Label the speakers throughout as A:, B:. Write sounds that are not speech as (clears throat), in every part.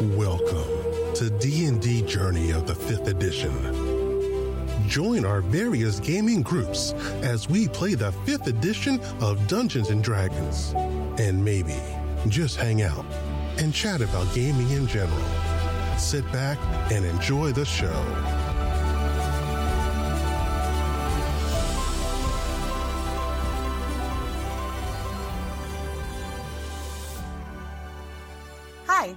A: Welcome to D&D Journey of the 5th edition. Join our various gaming groups as we play the 5th edition of Dungeons and Dragons and maybe just hang out and chat about gaming in general. Sit back and enjoy the show.
B: Hi,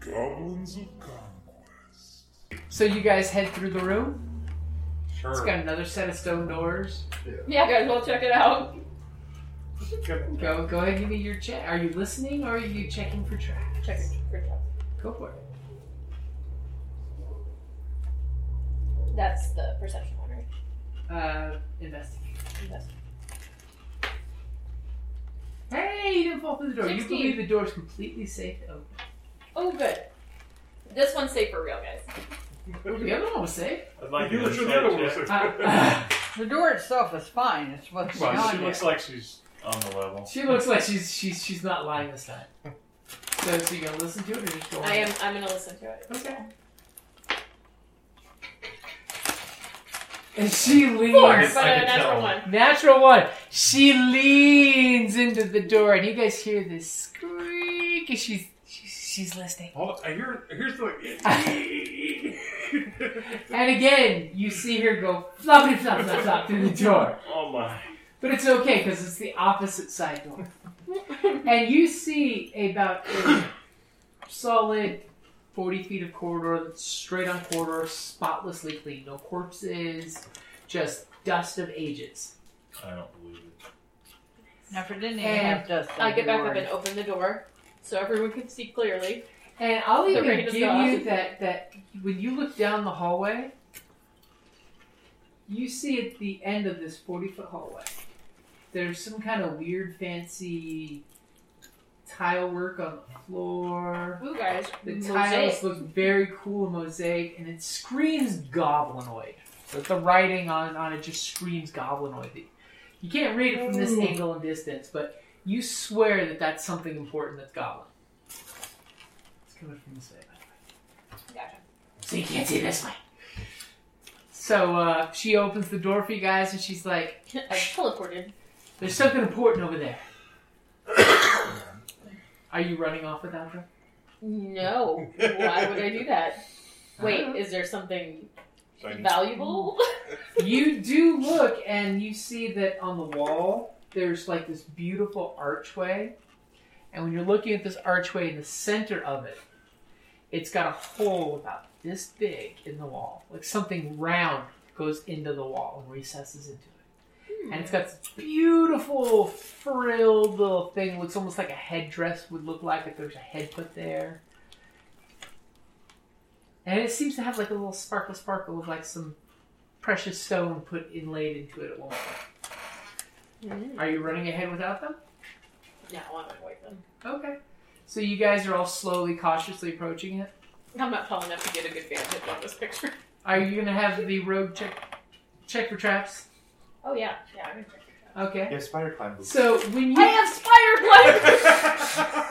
C: Goblins of Conquest.
D: So you guys head through the room.
E: Sure.
D: It's got another set of stone doors.
F: Yeah, guys, we'll check it out.
D: Go, go ahead. Give me your check. Are you listening or are you checking for traps?
F: Check it. Great job.
D: Go for it.
F: That's the perception one, right?
D: Uh, investigate.
F: That's-
D: Hey, you didn't fall through the door. You
F: 16.
D: believe the door is completely safe to open.
F: Oh, good. This one's safe for real, guys.
D: The other one was safe.
E: I'd like
C: You
E: to
C: look
E: check
C: at
E: it.
C: the
D: Uh,
C: other one.
D: uh,
G: The door itself is fine. It's what's
E: Well,
G: beyond
E: she
G: it.
E: looks like she's on the level.
D: she looks like she's she's she's not lying this time. So, so you gonna listen to it or just go?
F: I am. I'm gonna listen to it.
D: Okay. And she leans.
F: Four,
E: I can-
F: but
E: I
F: a
E: can
F: natural
E: tell.
F: one.
D: Natural one. She leans into the door, and you guys hear this squeak. And she's she's, she's listening.
C: Hold on, I hear, here's (laughs) the.
D: And again, you see her go floppity flop flop flop through the door.
E: Oh my.
D: But it's okay because it's the opposite side door. and you see about a solid 40 feet of corridor that's straight on corridor, spotlessly clean. No corpses, just dust of ages.
E: I don't believe it.
G: Now, if it didn't even
D: And
G: have dust,
F: I
G: I'd
F: get
G: be
F: back up
G: worried.
F: and open the door so everyone can see clearly.
D: And I'll
F: The
D: even
F: rain
D: give
F: is
D: you
F: gone.
D: that that when you look down the hallway, you see at the end of this forty foot hallway, there's some kind of weird fancy tile work on the floor.
F: Ooh, guys,
D: The
F: mosaic.
D: tiles look very cool mosaic, and it screams goblinoid. Like the writing on, on it just screams goblinoid. You can't read it from this angle and distance, but you swear that that's something important that's goblin. It's coming from this way, by the way.
F: Gotcha.
D: So you can't see this way. So uh, she opens the door for you guys, and she's like,
F: I teleported.
D: "There's something important over there." (coughs) Are you running off without her?
F: No. Why would I do (laughs) that? Wait, is there something valuable?
D: you do look and you see that on the wall there's like this beautiful archway and when you're looking at this archway in the center of it it's got a hole about this big in the wall like something round goes into the wall and recesses into it and it's got this beautiful frilled little thing looks almost like a headdress would look like if there's a head put there and it seems to have like a little sparkle sparkle of like some precious stone put inlaid into it at one point.
F: Mm.
D: Are you running ahead without them?
F: (laughs) No, I'm gonna avoid them.
D: Okay. So you guys are all slowly, cautiously approaching it.
F: I'm not tall enough to get a good vantage on this picture.
D: Are you gonna have the rogue check check for traps?
F: Oh yeah, yeah. I'm gonna check it out.
D: Okay.
H: Yeah, spider climb. boots.
D: So when you
F: I have spider blood.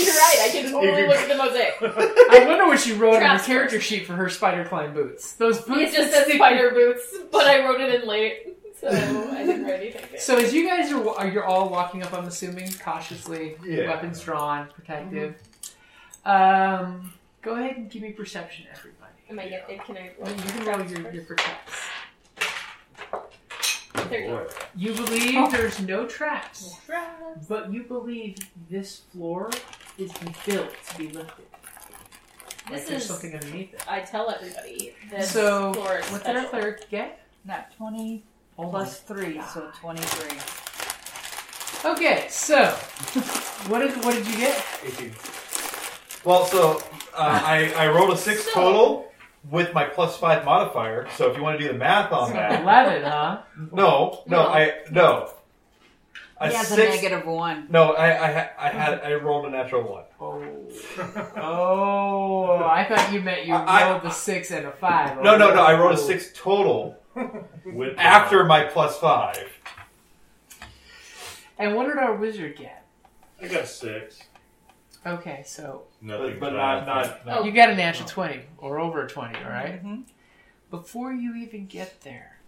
F: You're right. I can totally look at the mosaic.
D: I wonder what you wrote on
F: Traps
D: the character sheet for her spider climb boots. Those boots
F: It just
D: that
F: says
D: stick-
F: spider boots, but I wrote it in late, so I didn't write anything. there.
D: So as you guys are, wa- are you're all walking up, I'm assuming cautiously,
H: Yeah.
D: weapons drawn, protective.
F: Mm-hmm.
D: Um, go ahead and give me perception, everybody.
F: Am I get it? Can I?
D: You can roll your, your perception.
F: There you go.
D: You believe
F: Oh.
D: there's no traps, but you believe this floor is built to be lifted. like
F: This
D: there's
F: is.
D: something underneath it.
F: I tell everybody this
D: so,
F: floor is
D: what did our
F: special.
D: cleric get?
G: Not 20
D: Oh my
G: plus 3, so 23.
D: Okay, so (laughs) what did what did you get?
H: 18. Well, so uh, I, I rolled a 6
F: So-
H: total with my plus 5 modifier, so if you want to do the math on that.
D: Eleven, huh?
H: No, no, I. No. A
G: he has a
H: 6.
G: negative 1.
H: No, I, I, ha- I had I rolled a natural one.
D: Oh,
H: (laughs)
D: oh! I thought you meant you
H: I- I-
D: rolled a six and a five. Oh.
H: No, no, no. I rolled a six total
E: With the-
H: after my plus five.
D: And what did our wizard get?
E: I got six.
D: Okay, so
E: Nothing.
H: But- but not-
E: bad.
F: not- Oh.
D: you got a natural twenty or over a twenty, all right?
G: Mm-hmm.
D: Before you even get there,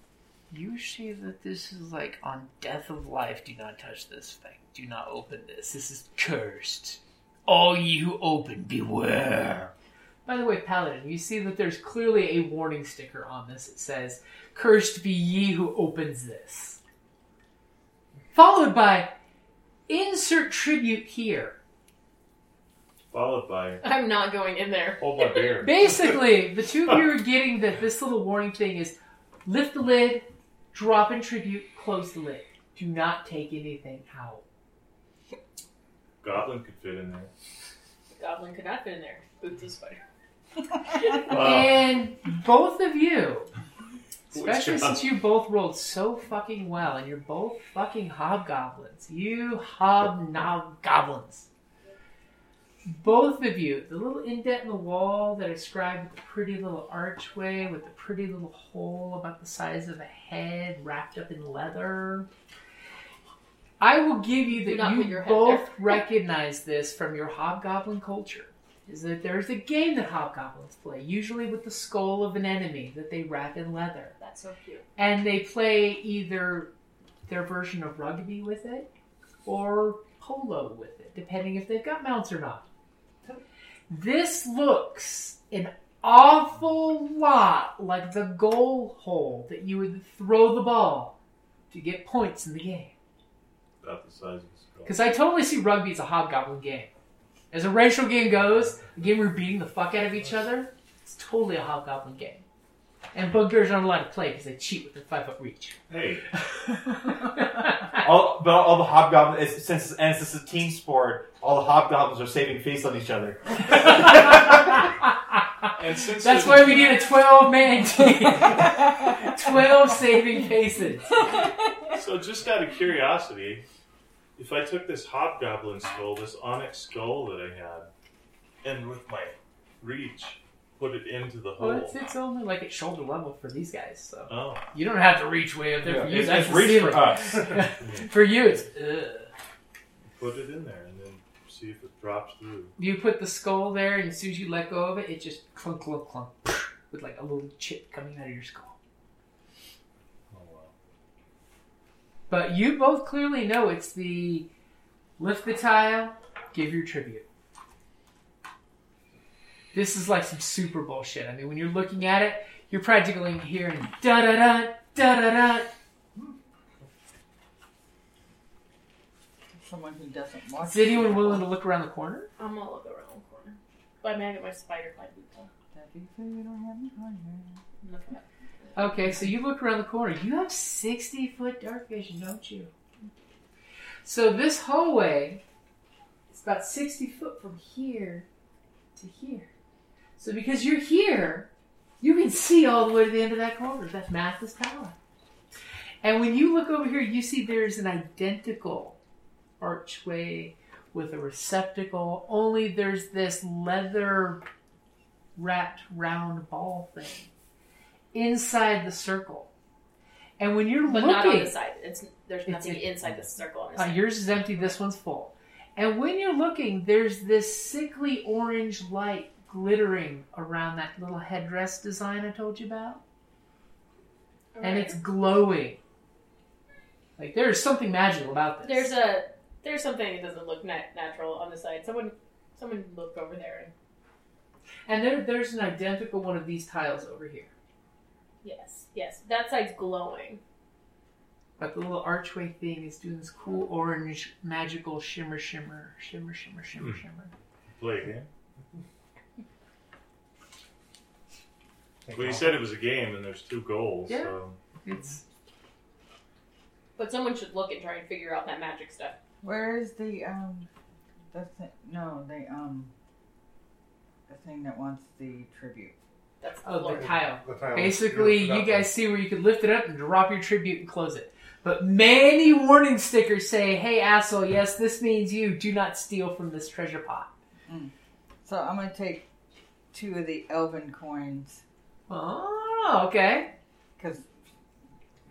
D: you see that this is like on death of life. Do not touch this thing. Do not open this. This is cursed. All you who open, beware. By the way, Paladin, you see that there's clearly a warning sticker on this. It says, Cursed be ye who opens this. Followed by, Insert tribute here.
E: Followed by
F: I'm not going in there.
E: hold my beer.
D: Basically, the two of you are getting that this little warning thing is lift the lid, drop in tribute, close the lid. Do not take anything out.
E: Goblin could fit in there.
F: Goblin could not fit in there. Boots a spider.
E: Wow.
D: And both of you, especially
E: Good job.
D: since you both rolled so fucking well and you're both fucking hobgoblins, you hobnob goblins. Both of you, the little indent in the wall that I described the pretty little archway with the pretty little hole about the size of a head wrapped up in leather. I will give you
F: Do
D: that
F: not put
D: you
F: your head
D: both
F: there.
D: (laughs)
F: (laughs)
D: recognize this from your hobgoblin culture is that there's a game that hobgoblins play, usually with the skull of an enemy that they wrap in leather.
F: That's so cute.
D: And they play either their version of rugby with it or polo with it, depending if they've got mounts or not. This looks an awful lot like the goal hole that you would throw the ball to get points in the game.
E: About the size of his skull.
D: Because I totally see rugby as a hobgoblin game. As a racial game goes, a game where you're beating the fuck out of each other, it's totally a hobgoblin game. And bugbears aren't allowed to play because they cheat with their five foot reach.
E: Hey,
H: All, but all the hobgoblins, it's- since and since it's a team sport, all the hobgoblins are saving face on each other.
E: and since
D: That's
E: there's-
D: why we need a 12 man team. (laughs) 12 saving faces.
E: So just out of curiosity, if I took this hobgoblin skull, this onyx skull that I had, and with my reach put it into the hole.
D: Well, it's, it's only like at shoulder level for these guys, so.
E: Oh,
D: You don't have to reach way up there for you.
H: Uh, It's,
D: That's
H: it's
D: the
H: reach for
D: ceiling.
H: us.
D: (laughs) For you, it's. uh, Ugh.
E: put it in there and then see if it drops through.
D: You put the skull there, and as soon as you let go of it, it just clunk, clunk, clunk, with like a little chip coming out of your skull.
E: Oh wow.
D: But you both clearly know it's the lift the tile, give your tribute. This is like some Super Bowl shit. I mean, when you're looking at it, you're practically hearing da da da da da da.
G: Someone who doesn't watch.
D: Is anyone willing to look around the corner?
F: I'm gonna look around the corner. But I'm gonna get my spider my boot on.
G: That'd be fair, you don't have any on here.
F: I'm looking up.
D: Okay, so you look around the corner. You have 60 foot dark vision, don't you? So this hallway is about 60 foot from here to here. So because you're here, you can see all the way to the end of that corner. That math is power. And when you look over here, you see there's an identical archway with a receptacle, only there's this leather wrapped round ball thing inside the circle. And when you're
F: But
D: looking,
F: not on the side. It's there's
D: It's
F: nothing
D: in-
F: inside the circle on the
D: uh,
F: side.
D: yours is empty, this one's full. And when you're looking, there's this sickly orange light glittering around that little headdress design I told you about. And it's glowing. Like there's something magical about this.
F: there's a there's something that doesn't look nat- natural on the side. Someone someone look over there and
D: and there, there's an identical one of these tiles over here.
F: yes, yes. That side's glowing.
D: But the little archway thing is doing this cool orange magical shimmer, shimmer, shimmer, shimmer, shimmer, shimmer.
E: Play a game. Well, you said it was a game, and there's two goals.
D: Yeah.
E: So
D: It's
F: But someone should look and try and figure out that magic stuff.
G: Where is the um, the thing? No, the um, the thing that wants the tribute.
F: That's the
D: oh,
F: floor.
D: the tile.
I: The tile is-
D: Basically,
I: yeah,
D: you
I: that
D: guys see where you can lift it up and drop your tribute and close it. But many warning stickers say, "Hey, asshole! Yes, this means you. Do not steal from this treasure pot."
G: So I'm gonna take two of the elven coins
D: Oh, okay.
G: because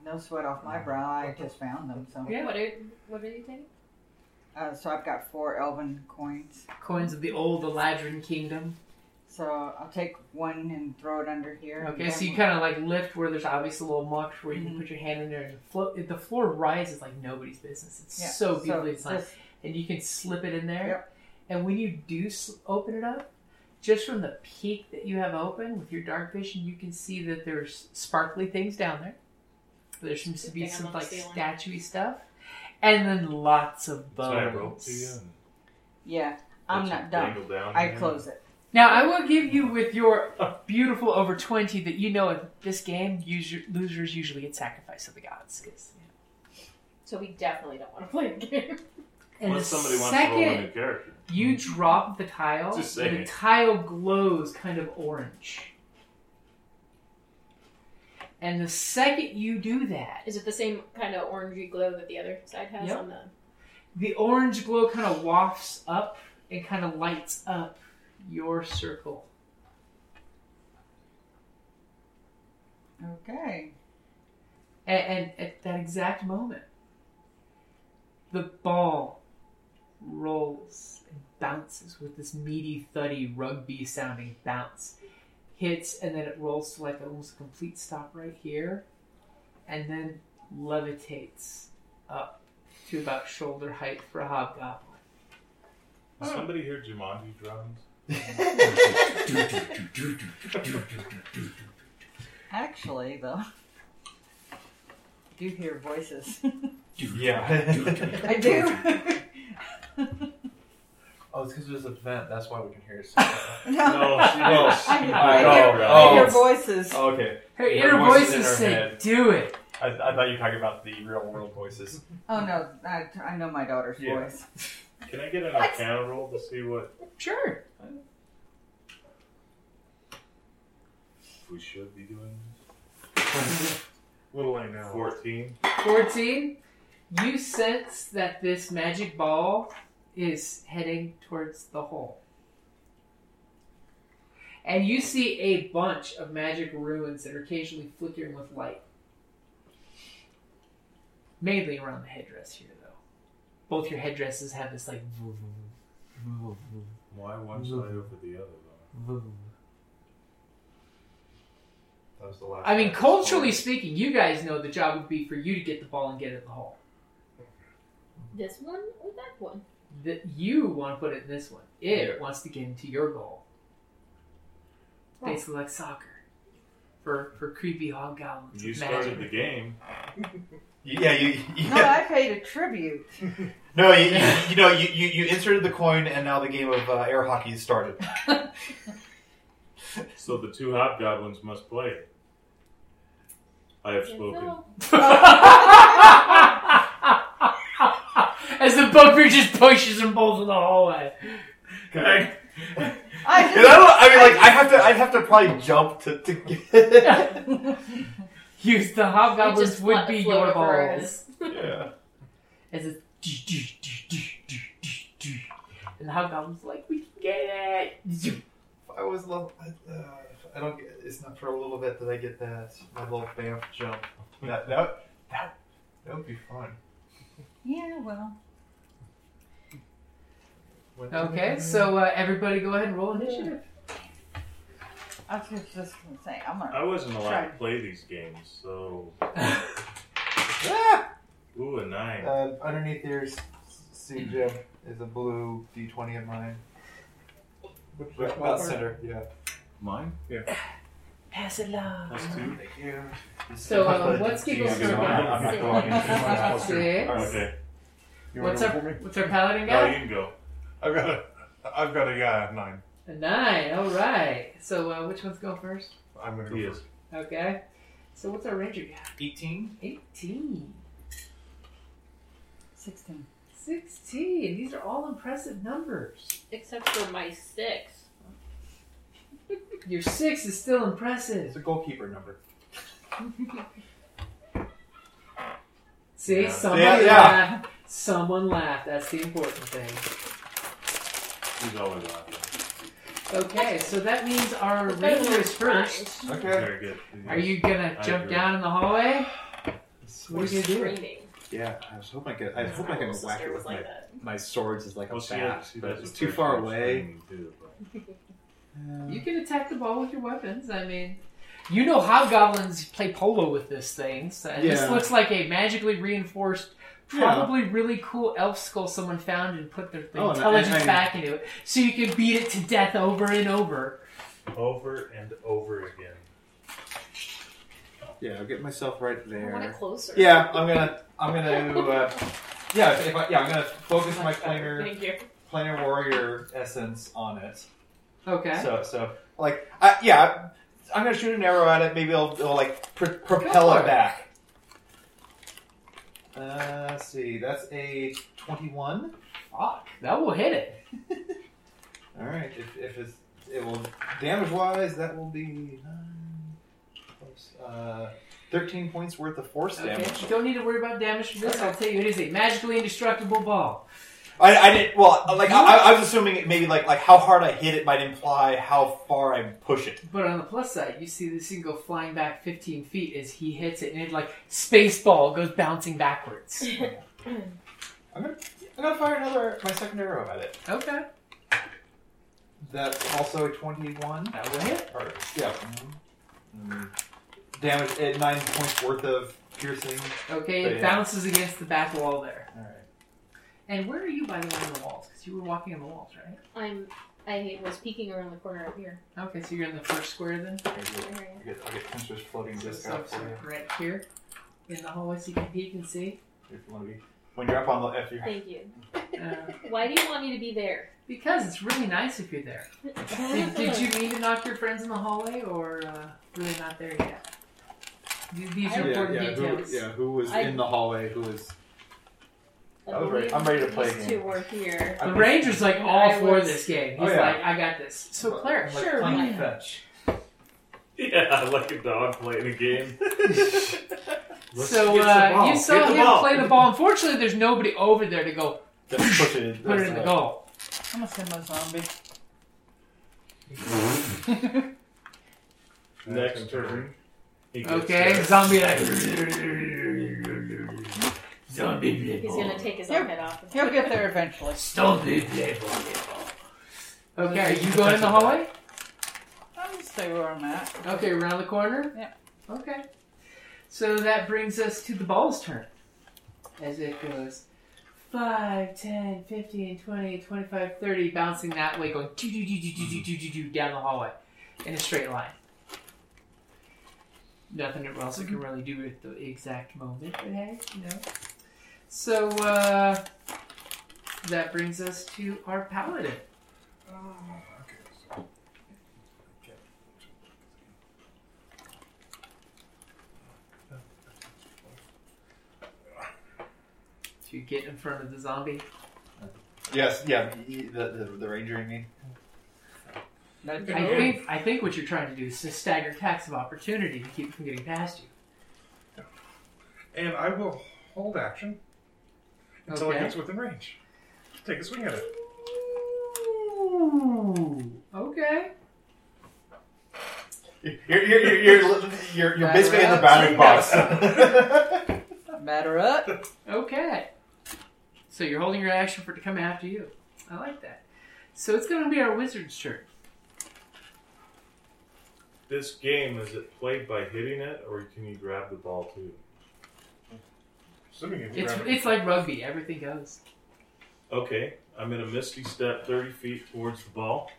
G: no sweat off my brow. I just found them. So
D: Yeah.
F: What are what are you taking?
G: uh, so I've got four elven coins.
D: Coins of the old Eladrin Kingdom.
G: So I'll take one and throw it under here.
D: Okay, so you kind of like lift where there's obviously a little muck where you
G: Mhm.
D: can put your hand in there and float. The floor rises like nobody's business. It's
G: Yeah,
D: so beautifully designed.
G: just-
D: and you can slip it in there.
G: Yep.
D: And when you do s- open it up, just from the peak that you have open with your dark vision, you can see that there's sparkly things down there. There seems to be
F: Good thing I'm
D: some
F: on the
D: like
F: ceiling.
D: statuey stuff, and then lots of
E: so I wrote to you.
D: bones.
E: and
G: yeah, I'm
E: let you
G: not done.
E: dangle Down
G: I
E: here.
G: close it.
D: Now I will give you with your beautiful over twenty that you know at this game user, losers usually get sacrificed to the gods. 'cause, you know.
F: So we definitely don't want to (laughs) play a game.
D: And
E: Unless
D: the
E: somebody wants to roll a
D: second
E: new character.
D: you drop the tile,
E: Just saying.
D: the tile glows kind of orange. And the second you do that,
F: Is it the same kind of orangey glow that the other side has
D: Yep.
F: on the?
D: the orange glow kind of wafts up and kind of lights up your circle.
G: Okay.
D: And, and at that exact moment, the ball rolls and bounces with this meaty, thuddy, rugby sounding bounce. Hits, and then it rolls to like almost a complete stop right here, and then levitates up to about shoulder height for a hobgoblin.
E: Has Somebody hear
D: (laughs)
E: Jumanji drums.
G: Actually, though, (laughs) I do hear voices. (laughs)
H: Yeah.
G: I do. (laughs)
I: Oh, it's because there's a vent. That's why we can
H: (laughs)
I: hear it.
E: No, she knows.
H: I
G: I, hear,
H: know.
G: I hear
H: Oh.
G: voices.
H: okay.
D: Her
H: Her
I: Oh.
D: inner
H: voice is in
D: voices
H: her
D: say,
H: head.
D: Do it!
H: I, I thought you were talking about the real world (laughs) voices.
G: Oh no, I, I know my daughter's
H: Yeah. (laughs)
G: voice.
E: Can I get an Arcana roll to see what
D: Sure.
E: we should be doing? this?
I: Little I know.
E: Fourteen.
D: 14, you sense that this magic ball is heading towards the hole. And you see a bunch of magic ruins that are occasionally flickering with light. Mainly around the headdress here, though. Both your headdresses have this like. vroom, vroom, vroom,
E: Why one side over the other though?
D: vroom.
I: That was the last.
D: I mean,
I: time.
D: culturally speaking, you guys know the job would be for you to get the ball and get it in the hole.
F: This one or that one?
D: that you want to put it in this one. It wants to get into your goal. Basically like soccer. For for creepy hobgoblins.
E: You
D: with
E: started the
D: magic.
E: game.
H: Yeah, you. you
G: No, I paid a tribute.
H: No, you, you, you know, you, you, you inserted the coin, and now the game of uh, air hockey has (laughs) started.
E: So the two hobgoblins must play it. I have
F: Yes,
E: spoken.
F: no.
D: (laughs) As the booker just pushes them both in the
F: (laughs)
D: hallway.
H: I,
G: I
H: and I,
G: just,
H: don't, I mean, like, I have to, I have to probably jump to, to (laughs) get.
D: Use the
F: It
D: hobgoblins
F: just
D: would
F: fla-
D: be
F: float
D: your
F: over our
D: balls.
H: yeah.
D: As it and the hobgoblins like we can get it.
H: I was lo- I, uh, I don't. Get, it's not for a little bit that I get that my little bamf jump. That that that that would be fun.
G: yeah, well,
H: When-
D: Okay, so uh, everybody go ahead and roll initiative.
G: I was just, just gonna say I'm
E: I
G: gonna.
E: wasn't allowed
G: Try.
E: to play these games, so
H: Ah!
E: ooh a nine.
H: Uh, underneath your s- C gem is a blue D twenty of mine.
I: which
H: About
I: one?
H: center. Yeah.
E: Mine?
D: Pass it along.
E: Plus two.
H: Thank you.
D: So um, what's Giggle's
I: Yeah, I'm not going in.
D: Six.
E: Okay.
I: You want
D: What's
I: to roll
D: our
I: for me?
D: what's our paladin
E: Now
D: got?
E: you can go.
I: I've got a, I've got a uh, nine.
D: A nine. All right. So uh, which one's go first?
I: I'm gonna go
E: He
I: first.
E: is.
D: Okay. So what's our ranger got?
H: 18?
D: Eighteen.
G: 16.
D: 16. These are all impressive numbers.
F: Except for my six.
D: Your six is still
H: It's
D: impressive.
H: a goalkeeper number.
D: See,
I: Yeah.
D: someone
H: Yeah, yeah.
D: laughed. Someone laughed. That's the important thing.
E: He's always laughing.
D: Okay, so that means our
F: It's better
D: ranger
F: than
D: is first.
H: Okay.
E: Very good.
D: Are you gonna
E: I
D: jump
E: agree.
D: down in the hallway? What are you gonna do?
F: Screaming.
H: Yeah, I was hoping I could. I was hoping I
F: My
H: could
F: little
H: whack
F: sister
H: it
F: was
H: with
F: like
H: my,
F: that.
H: my swords is like a
E: Well, see,
H: bat,
E: see,
H: but
E: that's
H: it's
E: the
H: too
E: first
H: far
E: person
H: away.
E: you do, but-
D: You can attack the ball with your weapons. I mean, you know hobgoblins play polo with this thing. So This
H: Yeah.
D: looks like a magically reinforced, probably really cool elf skull someone found and put their
H: Oh, and-
D: intelligence
H: and I-
D: back into it, so you can beat it to death over and over.
E: Over and over again.
H: Yeah, I'll get myself right
F: I want it
H: there.
F: closer.
H: Yeah, I'm gonna, I'm
F: (laughs)
H: gonna, uh, yeah, if, if I, yeah, I'm gonna focus my
F: Much better.
H: planar,
F: Thank you.
H: planar warrior essence on it.
D: Okay.
H: So, so like, I, yeah, I'm gonna shoot an arrow at it. Maybe it'll, it'll like pr- propel
D: Go for
H: it
D: it.
H: back. Uh, let's see, that's a twenty-one.
D: Fuck, that will hit it.
H: All right, if, if it's it will damage wise, that will be nine plus uh, thirteen points worth of force
D: Okay.
H: damage.
D: You don't need to worry about damage from this. I'll tell you, it is a magically indestructible ball.
H: I, I didn't. Well, like I, I was assuming it maybe like like how hard I hit it might imply how far I push it.
D: But on the plus side, you see this thing go flying back 15 feet as he hits it, and it like space ball goes bouncing backwards.
H: I'm gonna I'm gonna fire another my second arrow at it.
D: (laughs) Okay,
H: That's also a twenty-one.
D: that will hit.
H: Or yeah, mhm. Mm. damage at nine points worth of piercing.
D: Okay,
H: But
D: it
H: yeah.
D: bounces against the back wall there.
H: All right.
D: And where are you by the way on the walls? Because you were walking on the walls, right?
F: I'm. I was peeking around the corner up here.
D: Okay, so you're in the first square then.
H: I'll get, I'll get, I'll get Pinterest floating
D: So
H: disc out for
D: so
H: you
D: right here in the hallway, so you can peek and see.
H: if you want to be. When you're up on the if you're
F: Thank you.
D: Uh, (laughs)
F: Why do you want me to be
H: (laughs)
F: there?
D: because it's really nice if you're there. Did, did
F: (laughs)
D: you mean to knock your friends in the hallway, or uh, really not there yet? Th- These are important details.
H: who was
F: I- in
H: the hallway? Who was?
F: I
H: I was ready-
F: believe
H: I'm ready to play a
F: These two
H: game.
F: were here.
D: The Ranger's like all
F: I
D: for
F: was-
D: this game.
H: Oh,
D: He's
H: yeah.
D: like, I got this. So Claire,
H: like
D: sure,
H: playing
D: why not?
H: fetch.
E: Yeah, (laughs) like a dog playing a game. Let's
D: So
E: get the
D: uh,
E: ball.
D: you
E: Get
D: saw
E: the
D: him
E: ball.
D: play the ball. Unfortunately, there's nobody over there to go
H: Just push it.
D: put it in the goal.
G: I'm gonna send my zombie.
E: Next turn. He gets
D: Okay,
E: there.
D: zombie like
F: He's gonna take his own head off.
G: He'll get there eventually.
D: zombie play volleyball. Okay, are you going in the hallway?
G: I'm gonna stay where I'm at.
D: Okay, around the corner.
G: Yeah.
D: Okay. So that brings us to the ball's turn. As it goes 5, 10, 15, 20, 25, 30, bouncing that way, going doo doo doo doo doo doo doo doo doo down the hallway in a straight line. Nothing else I can really do at the exact moment, but hey, you know. So uh, that brings us to our paladin. To get in front of the zombie.
H: Yes, yeah, the, the, the ranger in me.
D: I think I think what you're trying to do is to stagger tax of opportunity to keep it from getting past you.
I: And I will hold action until
D: Okay.
I: it gets within range. Take a swing at it.
D: Ooh. Okay.
H: You're, you're, you're, you're, you're, you're basically in the batting box. (laughs)
G: Batter up.
D: Okay. So you're holding your action for it to come after you. I like that. So it's going to be our wizard's turn.
E: This game is it played by hitting it, or can you grab the ball too?
I: Assuming you
D: It's
I: grab it.
D: it's like rugby. Everything goes.
E: Okay, I'm gonna misty step 30 feet towards the ball.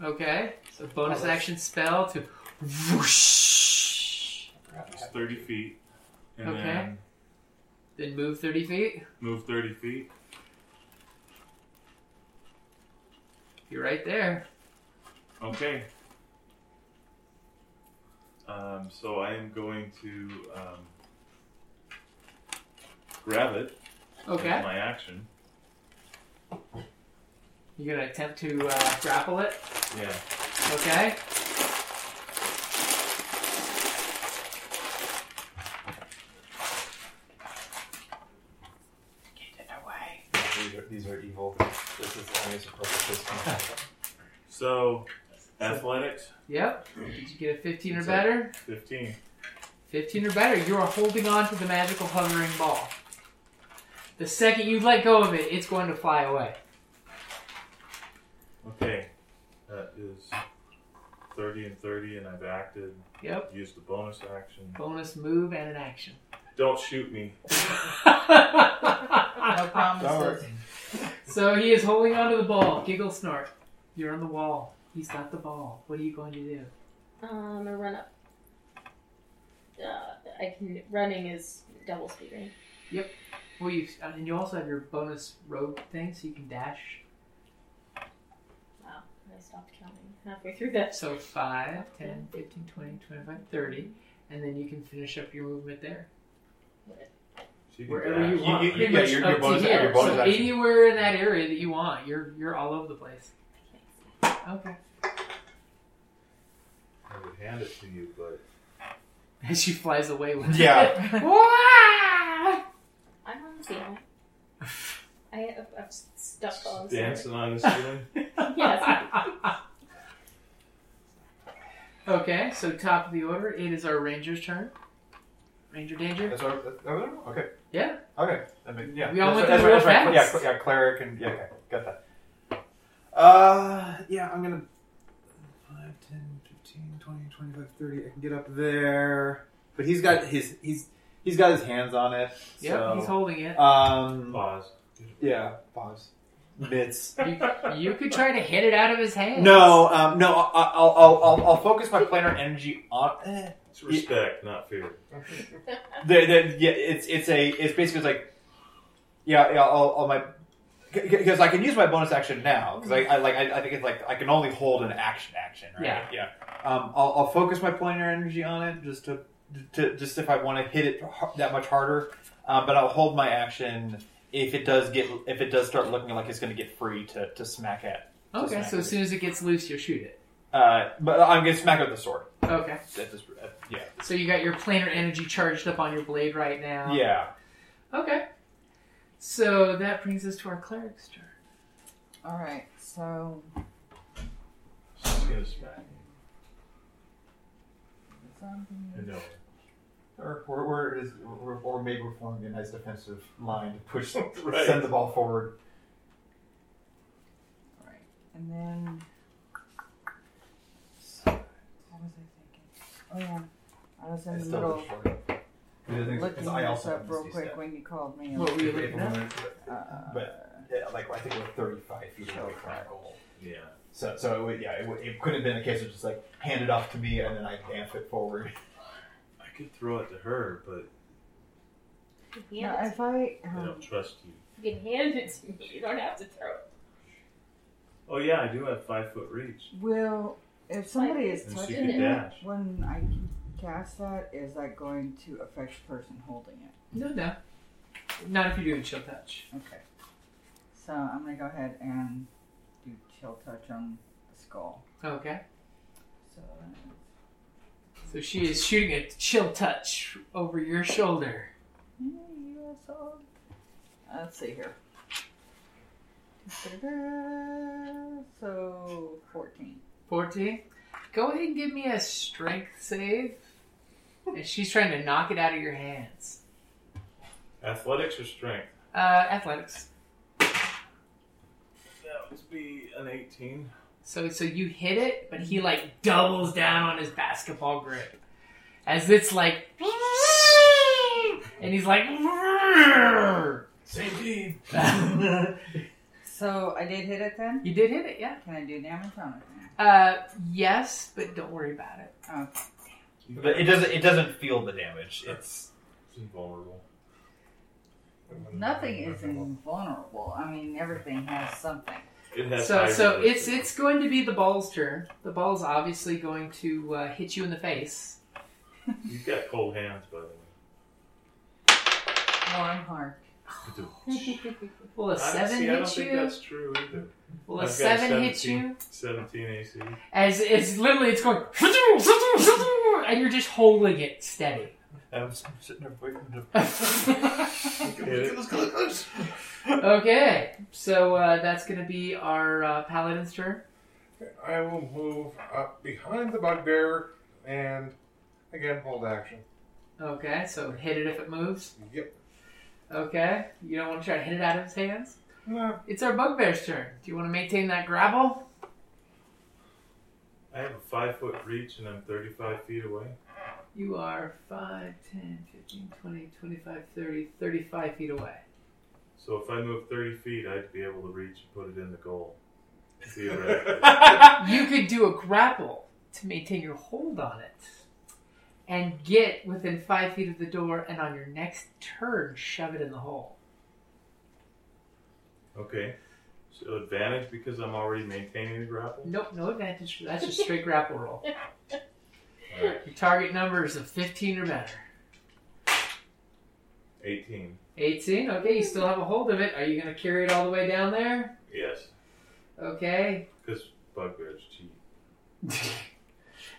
D: Okay. So bonus
H: Oh, that's-
D: action spell to whoosh.
E: It's 30 feet. And
D: Okay.
E: then
D: Then move 30 feet.
E: move 30 feet.
D: You're right there.
E: Okay. Um, so I am going to um, grab it
D: Okay.
E: as my action.
D: You're going to attempt to uh, grapple it.
E: Yeah.
D: Okay.
H: These are, these are evil. This is always a
D: (laughs)
H: purple system.
E: So athletics,
D: Yep. Did you get a 15 or better?
E: 15.
D: 15 or better, you are holding on to the magical hovering ball. The second you let go of it, it's going to fly away.
E: Okay. That is 30 and 30, and I've acted,
D: Yep.
E: used the bonus action.
D: Bonus move and an action.
E: Don't shoot me.
G: No promises.
D: so he is holding on to the ball. Giggle snort. You're on the wall. He's got the ball. What are you going to do?
F: Um, I'm gonna run up. Uh, I can. Running is double speed, right?
D: Well, you uh, and you also have your bonus rogue thing, so you can dash.
F: Wow, I stopped counting halfway through that.
D: So 5, 10, 15, 20, 25, 30, and then you can finish up your movement there.
E: She can
D: Wherever you
E: dash.
D: want.
H: you-
D: pretty
H: yeah,
D: much
H: your-
D: up
H: your
D: to
H: bonus-
D: here.
H: your bonus
D: so
H: action.
D: anywhere in that area that you want, you're you're all over the place. Okay.
E: I would hand it to you, but
D: As she flies away with
H: Yeah.
D: it. Wah!
F: I'm on the
H: (laughs)
F: ceiling. I have, I've stuffed on the ceiling.
E: dancing on the ceiling.
F: Yes.
D: okay, so top of the order, it is our ranger's turn. Ranger danger.
H: That's what, that, oh, okay.
D: Yeah.
H: Okay. I mean, yeah.
D: We all went
H: That's right,
D: through real
H: that's right, that's
D: fast.
H: right. Yeah, cl- yeah, cleric and yeah, okay, got that. Uh, yeah, I'm gonna 5, 10, 15, 20, 25, 30. I can get up there, but he's got his he's he's got his hands on it.
D: Yep,
H: so,
D: he's holding it.
H: um,
E: Pause.
H: yeah, pause. Mitts.
D: You, you could try to hit it out of his hand.
H: No, um, no. I- I- I'll, I'll, I'll, I'll focus my planar energy on. Eh,
E: It's respect, not fear.
H: They're, they're- yeah, it's it's a it's basically like yeah, yeah all, all my because I can use my bonus action now because I, I like I, I think it's like I can only hold an action action right
D: Yeah.
H: yeah um I'll, I'll focus my planar energy on it just to, to just if I want to hit it har- that much harder um, but I'll hold my action if it does get if it does start looking like it's going to get free to, to smack at
D: Okay, so as soon as it gets loose, you'll shoot it.
H: uh but I'm going to smack it with the sword
D: Okay.
H: at this, at- yeah
D: So you got your planar energy charged up on your blade right now.
H: yeah
D: Okay. So that brings us to our cleric's turn.
G: All right, so
E: She's gonna smack
G: zombie.
E: me. No.
H: Or, or, or, is, or, or maybe we're forming a nice defensive line to (laughs) push,
E: Right.
H: send the ball forward.
G: All right, and then what was I thinking? Oh yeah, I was in
H: It's
G: the
H: still
G: middle
H: just short. Because I think-
G: looking
H: because I
G: this
H: also
G: up
H: have
G: real
H: misty
G: quick
H: step.
G: when you called me.
D: What were you
H: If- if
D: looking
H: I'm
D: at?
H: gonna-
G: Uh,
H: But yeah, like I think we're 35 feet away from our goal.
E: Yeah.
H: So, so it would, yeah, it, would, it could have been a case of just like hand it off to me and then I amp it forward.
E: I could throw it to her, but
G: yeah,
F: Yeah,
G: if I
E: I
D: Uh-huh.
G: um,
E: don't trust you.
F: you can hand it to me. You don't have to throw it.
E: Oh yeah, I do have five foot reach.
G: will, if somebody is
E: And she
G: touching
E: could
G: it
E: dash.
G: when I cast that, is that going to affect the person holding it?
D: No, no. Not if you're doing chill touch.
G: Okay. So I'm gonna go ahead and do chill touch on the skull.
D: Okay.
G: So that's
D: So she is shooting a chill touch over your shoulder.
G: Hey, you are so- Let's see here. Da-da-da. So fourteen.
D: 14. Go ahead and give me a strength save. And she's trying to knock it out of your hands.
E: Athletics or strength?
D: Uh, athletics.
E: That would be an eighteen.
D: So, so you hit it, but he like doubles down on his basketball grip. As it's like. (laughs) And he's like. (laughs)
H: Same (laughs) team.
G: So I did hit it then.
D: You did hit it, yeah.
G: Can I do damage on it?
D: Uh, yes, but don't worry about it.
G: Now?
J: But it doesn't. It doesn't feel the damage. It's
E: It's invulnerable.
G: Nothing is invulnerable. I mean, everything has something.
E: It has
D: So,
E: high
D: so it's
E: resistance.
D: it's going to be the ball's turn. The ball's obviously going to uh, hit you in the face.
E: You've got cold hands,
D: (laughs)
E: by the
G: Warm heart.
E: way.
D: Will a seven
E: Honestly, I don't
D: hit
E: think
D: you?
E: that's true either.
D: Will a
E: I've got a
D: seven hit
E: 17.
D: you?
E: 17 AC.
D: As it's literally it's going, (laughs) and you're just holding it steady. (laughs)
J: I'm sitting there waiting to
D: Okay, so uh, that's going to be our uh, paladin's turn.
I: I will move up behind the bugbear and again hold action.
D: Okay, so hit it if it moves.
I: Yep.
D: Okay, you don't want to try to hit it out of his hands.
I: No.
D: It's our bugbear's turn. Do you want to maintain that grapple?
E: I have a five foot reach and I'm 35 feet away.
D: You are 5, 10, 15, 20, 25, 30, 35 feet away.
E: So if I move 30 feet, I'd be able to reach and put it in the goal. Theoretically. (laughs)
D: You could do a grapple to maintain your hold on it and get within 5 feet of the door, and on your next turn, shove it in the hole.
E: okay. So advantage because I'm already maintaining the grapple?
D: Nope, no advantage. for that. That's just straight grapple roll.
E: Alright,
D: Your target number is a 15 or better.
E: 18.
D: 18. Okay, you still have a hold of it. Are you going to carry it all the way down there?
E: Yes,
D: Okay.
E: because bugbears cheat.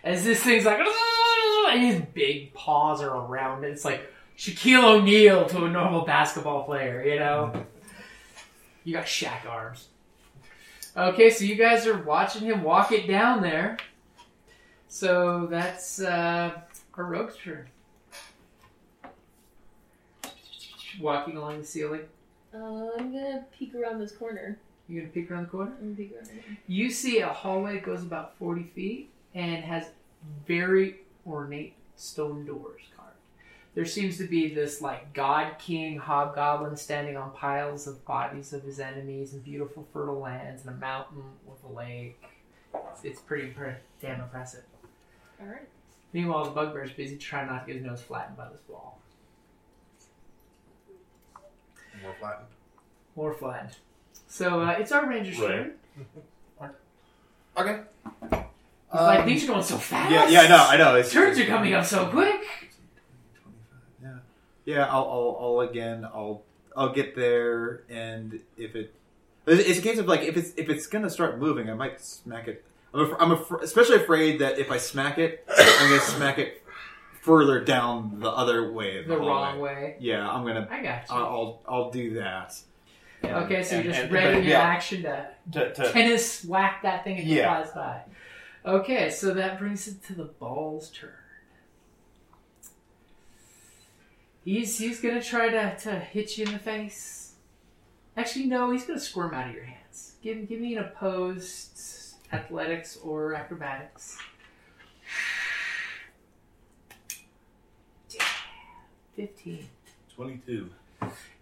D: As this thing's like, and his big paws are around it. It's like Shaquille O'Neal to a normal basketball player, you know? You got Shaq arms. Okay, so you guys are watching him walk it down there. So that's uh, a rogue's turn. Walking along the ceiling.
F: Uh, I'm gonna peek around this corner.
D: You gonna peek around the corner?
F: I'm gonna peek around. it.
D: You see a hallway that goes about 40 feet and has very ornate stone doors carved. There seems to be this like god king hobgoblin standing on piles of bodies of his enemies and beautiful fertile lands and a mountain with a lake. It's, it's pretty impre- damn impressive.
F: All right.
D: Meanwhile, the bugbear's busy trying not to get his nose flattened by this wall.
I: More flattened.
D: More flattened. So uh, it's our ranger's
E: Right.
D: turn.
H: Okay.
D: He's like,
H: Um,
D: these are going so fast.
H: yeah, yeah, I know, I know. It's,
D: Turns are coming up so quick.
H: Yeah, yeah. I'll, I'll, I'll again. I'll, I'll get there, and if it, it's it's a case of like if it's if it's gonna start moving, I might smack it. I'm, af- I'm af- especially afraid that if I smack it, I'm gonna smack it further down the other way, of
D: The wrong
H: hallway. Uh,
D: way.
H: Yeah, I'm gonna.
D: I got you.
H: I'll, I'll, I'll do that.
D: Okay, so
J: and-
D: you're just
J: and-
D: ready
J: but,
D: in your
J: yeah.
D: action to
J: to, to
D: tennis whack that thing if it
J: Yeah.
D: flies by. Okay, so that brings it to the ball's turn. He's he's gonna try to, to hit you in the face. Actually, no, he's gonna squirm out of your hands. Give give me an opposed athletics or acrobatics. Yeah, Fifteen.
E: 22.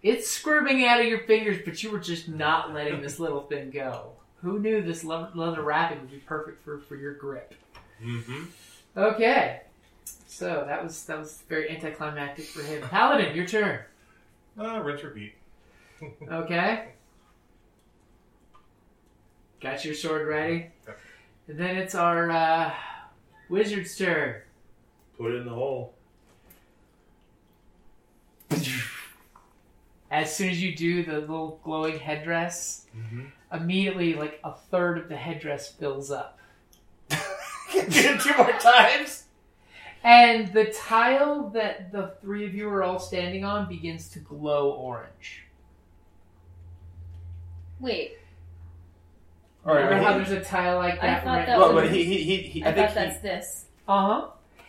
D: It's squirming out of your fingers, but you were just not letting this little thing go. Who knew this le- leather wrapping would be perfect for, for your grip?
E: Mm-hmm.
D: Okay, so that was that was very anticlimactic for him. Paladin, your turn.
I: Ah, rinse repeat.
D: Okay, got your sword ready. And then it's our uh, wizard's turn.
E: Put it in the hole.
D: As soon as you do the little glowing headdress,
E: Mhm.
D: immediately like a third of the headdress fills up.
J: two more times.
D: And the tile that the three of you are all standing on begins to glow orange.
F: Wait.
J: All right.
D: Remember how
J: Right,
D: there's a tile like
F: I
D: that?
F: thought
D: right-
F: that
J: well,
F: was-
J: but he, he, he, he,
F: I,
J: I
F: thought
J: think
F: that's this.
D: Uh-huh.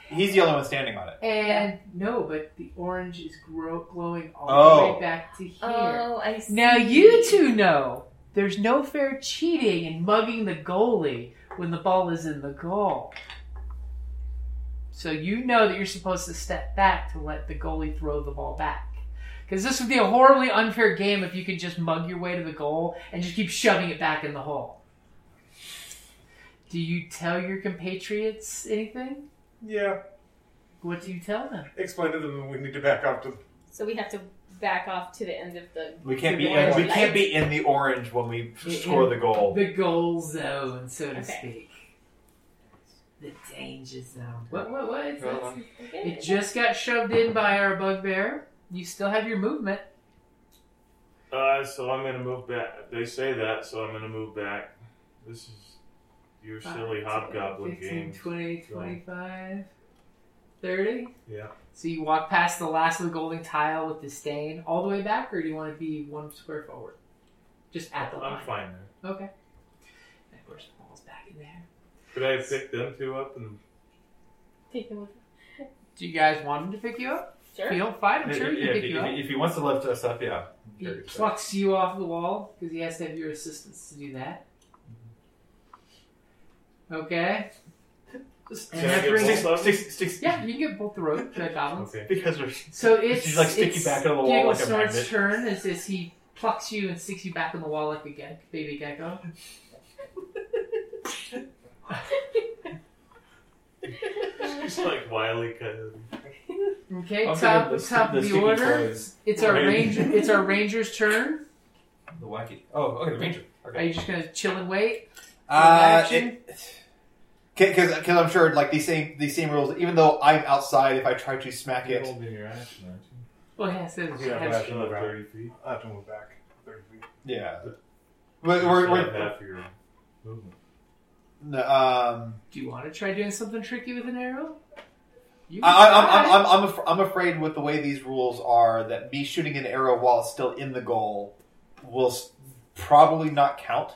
J: he, he's the only one standing on it.
D: And no, but the orange is grow- glowing all the
J: Oh.
D: way back to here.
F: Oh, I see.
D: Now you two know there's no fair cheating and mugging the goalie when the ball is in the goal. So you know that you're supposed to step back to let the goalie throw the ball back. Because this would be a horribly unfair game if you could just mug your way to the goal and just keep shoving it back in the hole. Do you tell your compatriots anything?
I: Yeah.
D: What do you tell them?
I: Explain to them that we need to back off to
F: So we have to back off to the end of the.
H: We can't be
D: The
H: in, we
F: orange
H: can't
F: light.
H: be in the orange when we score the goal.
D: The goal zone, so to
F: Okay.
D: speak. The danger zone. What? What? What? It's-
H: Well,
D: it's-
F: Okay.
D: it just got shoved in by our bugbear. You still have your movement.
E: Uh, so I'm gonna move back. They say that, so I'm gonna move back. This is your silly hobgoblin
D: 15,
E: game.
D: 20,
E: So-
D: 25, 30.
E: Yeah.
D: So you walk past the last of the golden tile with disdain all the way back, or do you want to be one square forward? Just at the line.
E: I'm fine there.
D: Okay. And of course, the ball's back in there.
E: Could I have picked them two up and
F: Take them with
D: Do you guys want him to pick you up?
F: Sure.
D: If
F: (laughs)
D: you don't fight, I'm
H: If-
D: sure he
H: if,
D: can pick
H: if-
D: you up.
H: if he wants to lift us up, yeah.
D: He plucks you off the wall because he has to have your assistance to do that. Okay.
H: Yeah,
D: that
H: get
D: brings-
H: sticks- sticks- sticks-
D: Yeah, you can get both the rope the goblins.
E: okay?
H: Because we're
D: So it's
H: She's, like, sticky
D: it's
H: back on the wall
D: Giggle
H: like a
D: Snort's
H: magnet.
D: turn as, as he plucks you and sticks you back on the wall like a ge- baby gecko.
E: She's like wily coyote.
D: Okay,
H: I'm
D: top
H: thinking
D: top
H: the
D: of the
H: sticky part
D: order.
H: is
D: It's our
H: Ranger.
D: ranger. It's our ranger's turn.
H: the wacky. Oh, okay, the ranger.
D: Are
H: Okay.
D: you just gonna chill and wait?
H: Uh,
D: action?
H: because because I'm sure like these same these same rules. Even though I'm outside, if I try to smack
E: You're
H: it,
E: holding your action, aren't you?
D: Well, yeah, so
I: Yeah,
D: have-
I: but-
E: Still have 30 feet.
I: I have to move back 30 feet.
H: yeah. But
E: You
H: we're,
E: still have
H: we're
E: half your movement.
H: no, um.
D: do you want to try doing something tricky with an arrow? You can
H: I, I'm,
D: try.
H: I'm, I'm, I'm, af- I'm afraid with the way these rules are that me shooting an arrow while it's still in the goal will s- probably not count.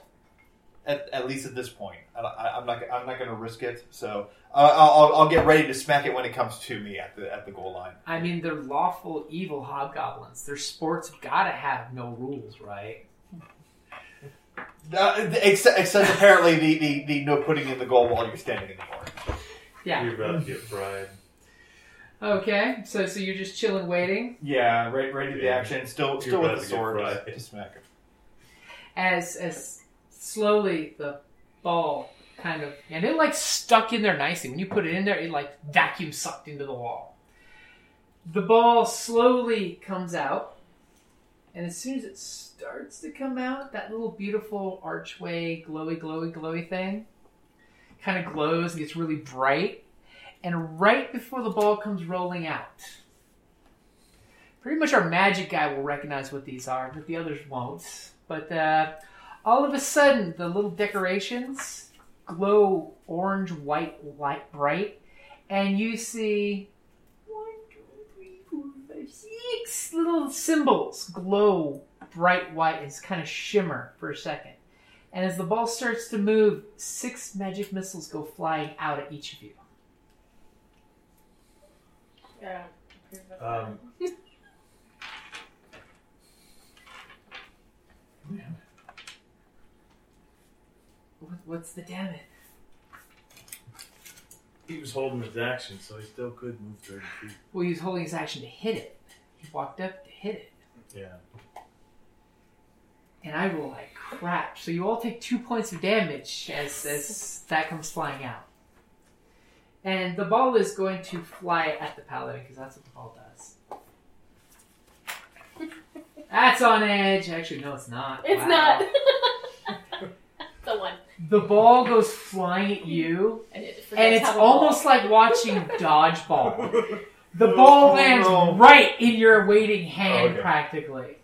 H: At, at least at this point, I, I, I'm not. I'm not going to risk it. So uh, I'll, I'll- I'll get ready to smack it when it comes to me at the at the goal line.
D: I mean, they're lawful evil hobgoblins. Their sports gotta have no rules, right?
H: Uh, except, except apparently the, the, the no putting in the goal while you're standing in the corner.
D: Yeah.
E: You're about to get fried.
D: Okay. So, so you're just chilling, waiting
H: Yeah, right, right to the
E: Yeah.
H: action. Still,
E: You're
H: still with
E: about
H: the
E: to get
H: sword
E: fried.
H: to smack it.
D: as as slowly the ball kind of and it like stuck in there nicely. When you put it in there, it like vacuum sucked into the wall. The ball slowly comes out, and as soon as it starts to come out, that little beautiful archway, glowy, glowy, glowy thing kind of glows and gets really bright. And right before the ball comes rolling out, pretty much our magic guy will recognize what these are, but the others won't. But uh, all of a sudden, the little decorations glow orange, white, light, bright, and you see one, two, three, four, five, six little symbols glow bright white and kind of shimmer for a second. And as the ball starts to move, six magic missiles go flying out at each of you.
F: Yeah.
E: Um,
D: What- What's the damn it?
E: he was holding his action, so he still could move 30 feet.
D: Well, he was holding his action to hit it. He walked up to hit it.
E: Yeah.
D: and I roll like crap. So you all take two points of damage as, as that comes flying out. And the ball is going to fly at the paladin because that's what the ball
F: (laughs)
D: does. that's on edge. Actually, no, it's not.
F: It's
D: Wow.
F: not. (laughs) the one.
D: The ball goes flying at you,
F: I did forget
D: and it's
F: how to
D: almost like watching
F: (laughs)
D: dodgeball. The ball
H: Oh,
D: lands
H: no.
D: right in your waiting hand,
H: Okay.
D: practically.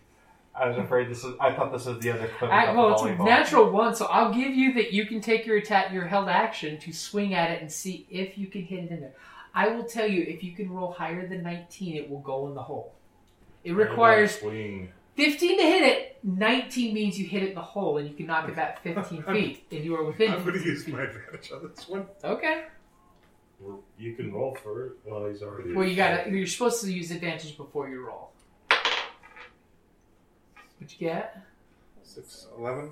H: I was afraid this was. I thought this was the other clip.
D: I, well, it's a natural one, so I'll give you that you can take your attack, your held action to swing at it and see if you can hit it in there. I will tell you, if you can roll higher than 19, it will go in the hole. It requires
E: Swing.
D: 15 to hit it. 19 means you hit it in the hole, and you can knock it back 15 feet, and you are within.
I: I'm going to
D: 15
I: use
D: feet.
I: my advantage on this one.
D: Okay.
E: Well, You can roll for it. Well, he's already.
D: Well, you gotta. You're supposed to use advantage before you roll. What you get?
I: 6, 11,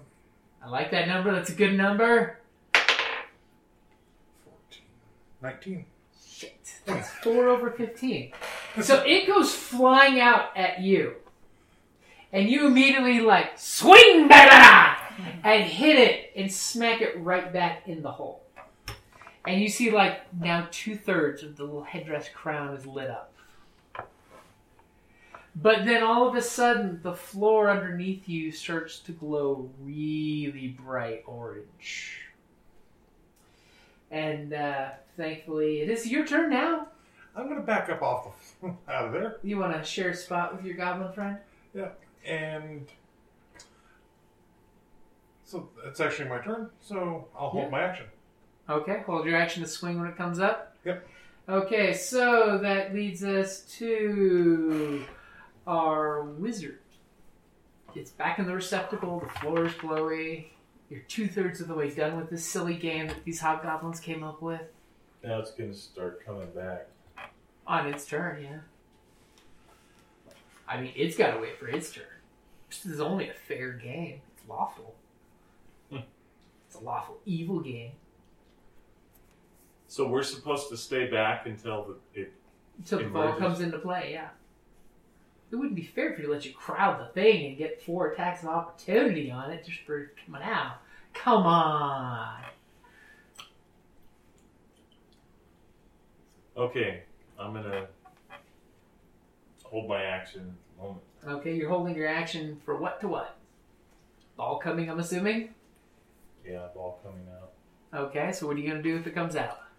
D: I like that number. That's a good number.
I: 14, 19.
D: Shit. That's four over 15. So it goes flying out at you. And you immediately, like, swing, baby! And hit it and smack it right back in the hole. And you see, like, now two thirds of the little headdress crown is lit up. But then all of a sudden, the floor underneath you starts to glow really bright orange. And uh, thankfully, it is your turn now.
I: I'm going to back up off the, (laughs) out of there.
D: You want to share a spot with your goblin friend?
I: Yeah. And so it's actually my turn, so I'll hold
D: Yeah.
I: my action.
D: Okay, hold your action to swing when it comes up.
I: Yep.
D: Okay, so that leads us to our wizard. It's back in the receptacle, the floor is glowy. You're two thirds of the way done with this silly game that these hobgoblins came up with
E: Now it's going to start coming back.
D: on its turn, yeah. I mean, it's got to wait for its turn. This is only a fair game. It's lawful. it's a lawful evil game.
E: So we're supposed to stay back until the, it.
D: Until the ball
E: emerges.
D: comes into play, yeah. It wouldn't be fair for you to let you crowd the thing and get four attacks of opportunity on it just for coming out. Come on.
E: Okay, I'm going to hold my action at the moment.
D: Okay, you're holding your action for what to what? Ball coming, I'm assuming?
E: Yeah, ball coming out.
D: Okay, so what are you going to do if it comes out? (laughs)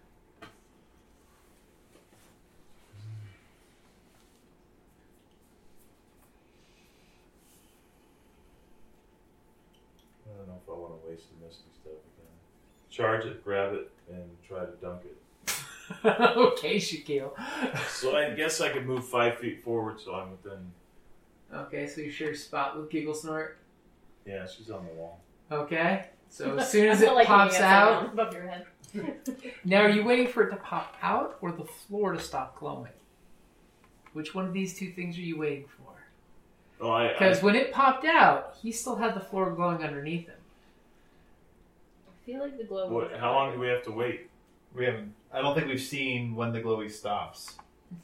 E: I don't know if I want to waste the misty stuff again. Charge it, grab it, and try to dunk it.
D: okay, Shaquille.
E: So I guess I could move five feet forward, so I'm within.
D: Okay, so you share your spot with Giggle Snort.
E: Yeah, she's on the wall.
D: Okay, so as soon as
F: (laughs) I
D: it
F: feel like you
D: pops
F: got
D: out,
F: something above your head.
D: Now, are you waiting for it to pop out or the floor to stop glowing? Which one of these two things are you waiting for?
E: Oh, I, I
D: Because when it popped out, he still had the floor glowing underneath him.
F: I feel like the glow.
E: what, how long do we have to wait?
J: We haven't. I don't think we've seen when the glowy stops.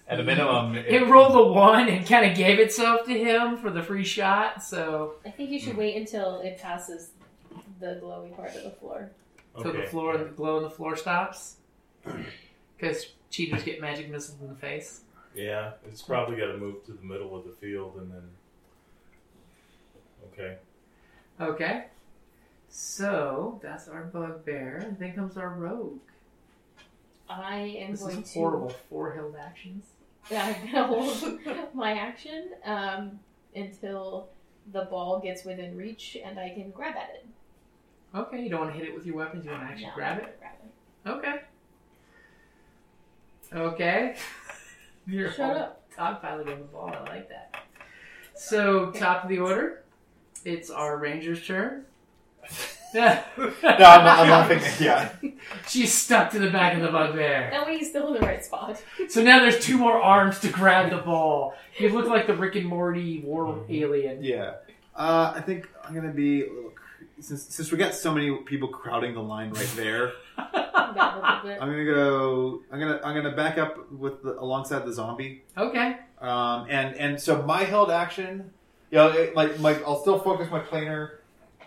J: At a minimum,
D: It rolled a one and kind of gave itself to him for the free shot. So,
F: I think you
D: Hmm.
F: should wait until it passes the glowy part of the floor.
D: so the floor, the glow on the floor stops. (clears throat) Because cheaters get magic missiles in the face.
E: Yeah, it's probably got to move to the middle of the field and then. Okay.
D: Okay. So that's our bugbear. And then comes our rogue.
F: I am
D: This
F: going
D: is
F: to.
D: horrible. Four held actions.
F: Yeah, I'm gonna hold (laughs) my action um, until the ball gets within reach and I can grab at it.
D: Okay, you don't want to hit it with your weapons. You want to actually
F: Yeah,
D: grab it.
F: Grab it.
D: Okay. Okay. You're
F: (laughs) Shut
D: all
F: up.
D: Top pilot on the ball. I like that. So top of the order, it's our ranger's turn.
J: (laughs) (laughs) no, I'm not, I'm not thinking. Yeah,
D: (laughs) She's stuck to the back of the bugbear.
F: That way he's still in the right spot.
D: So now there's two more arms to grab the ball. You look like the Rick and Morty war
J: Mm-hmm.
D: alien.
J: yeah.
H: Uh, I think I'm gonna be a little cre- since since we got so many people crowding the line right there.
F: Grab it a little bit.
H: I'm gonna go. I'm gonna I'm gonna back up with the, alongside the zombie.
D: Okay.
H: Um, and and so
J: So my held action, you know, it, like my, I'll still focus my planar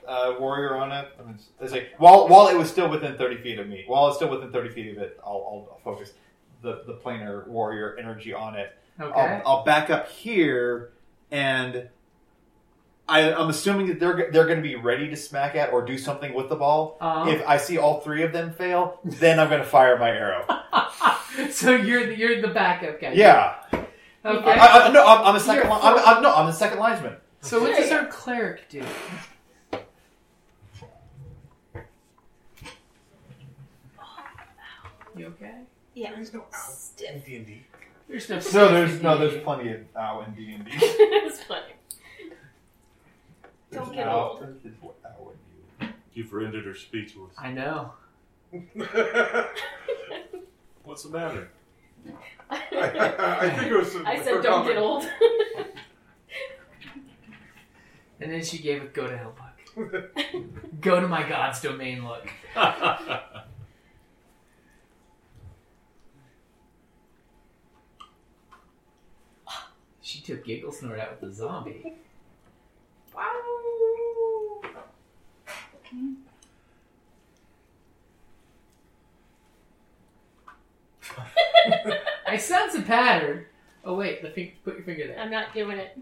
J: uh, warrior on it. I mean, it's- it's like while while it was still within thirty feet of me, while it's still within thirty feet of it, I'll, I'll, I'll focus the the planar warrior energy on it.
D: Okay.
H: I'll, I'll back up here, and I, I'm assuming that they're
J: They're going to be ready to smack at or do something with the ball.
D: Um,
J: If I see all three of them fail, then I'm going to fire my
D: (laughs)
J: arrow.
D: Uh, so you're the, you're the backup guy.
J: Yeah,
D: Okay.
J: I, I, no, I'm, I'm a second.
F: You're
J: Li- I'm, I'm, no, I'm the second linesman.
D: so what does our cleric do? You okay?
F: Yeah.
I: In (laughs) D&D.
D: There's no
J: No, there's no, there's plenty of ow in D and D.
F: (laughs) it's funny. Don't get old.
E: You've rendered her speechless.
D: I know.
E: What's the matter?
F: (laughs)
I: I think it was.
F: I said don't get old.
D: And then she gave it go to hell look. go to my god's domain look. She took Giggle Snort out with the zombie. (laughs)
F: wow.
D: pattern. Oh wait, the fin- put your finger there.
F: (laughs) I'm not doing it.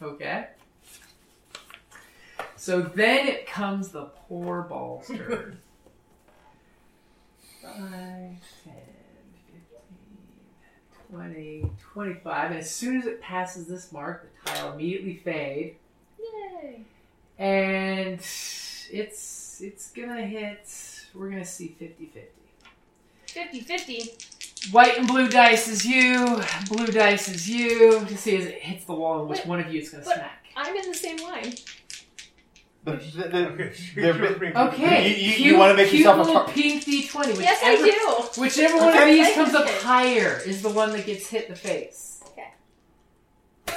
D: Okay. So then it comes the poor ball's
F: (laughs)
D: turn. Five, 10, 15, 20, 25. And as soon as it passes this mark, the tile immediately fade.
F: Yay!
D: And it's it's gonna hit we're gonna see 50-50.
F: 50 50.
D: White and blue dice is you, blue dice is you, to see as it hits the wall and which
F: Wait,
D: one of you it's gonna
F: but-
D: smack.
F: I'm in the same line.
J: But th- th- they're bi-
D: Okay.
J: You- you-
D: cute-
J: you wanna make
D: cute
J: yourself a
D: little
J: tar-
D: pink d20. Whichever,
F: Yes, I do.
D: Whichever one of
F: Okay.
D: these comes up
F: Okay.
D: higher is the one that gets hit in the face.
F: Not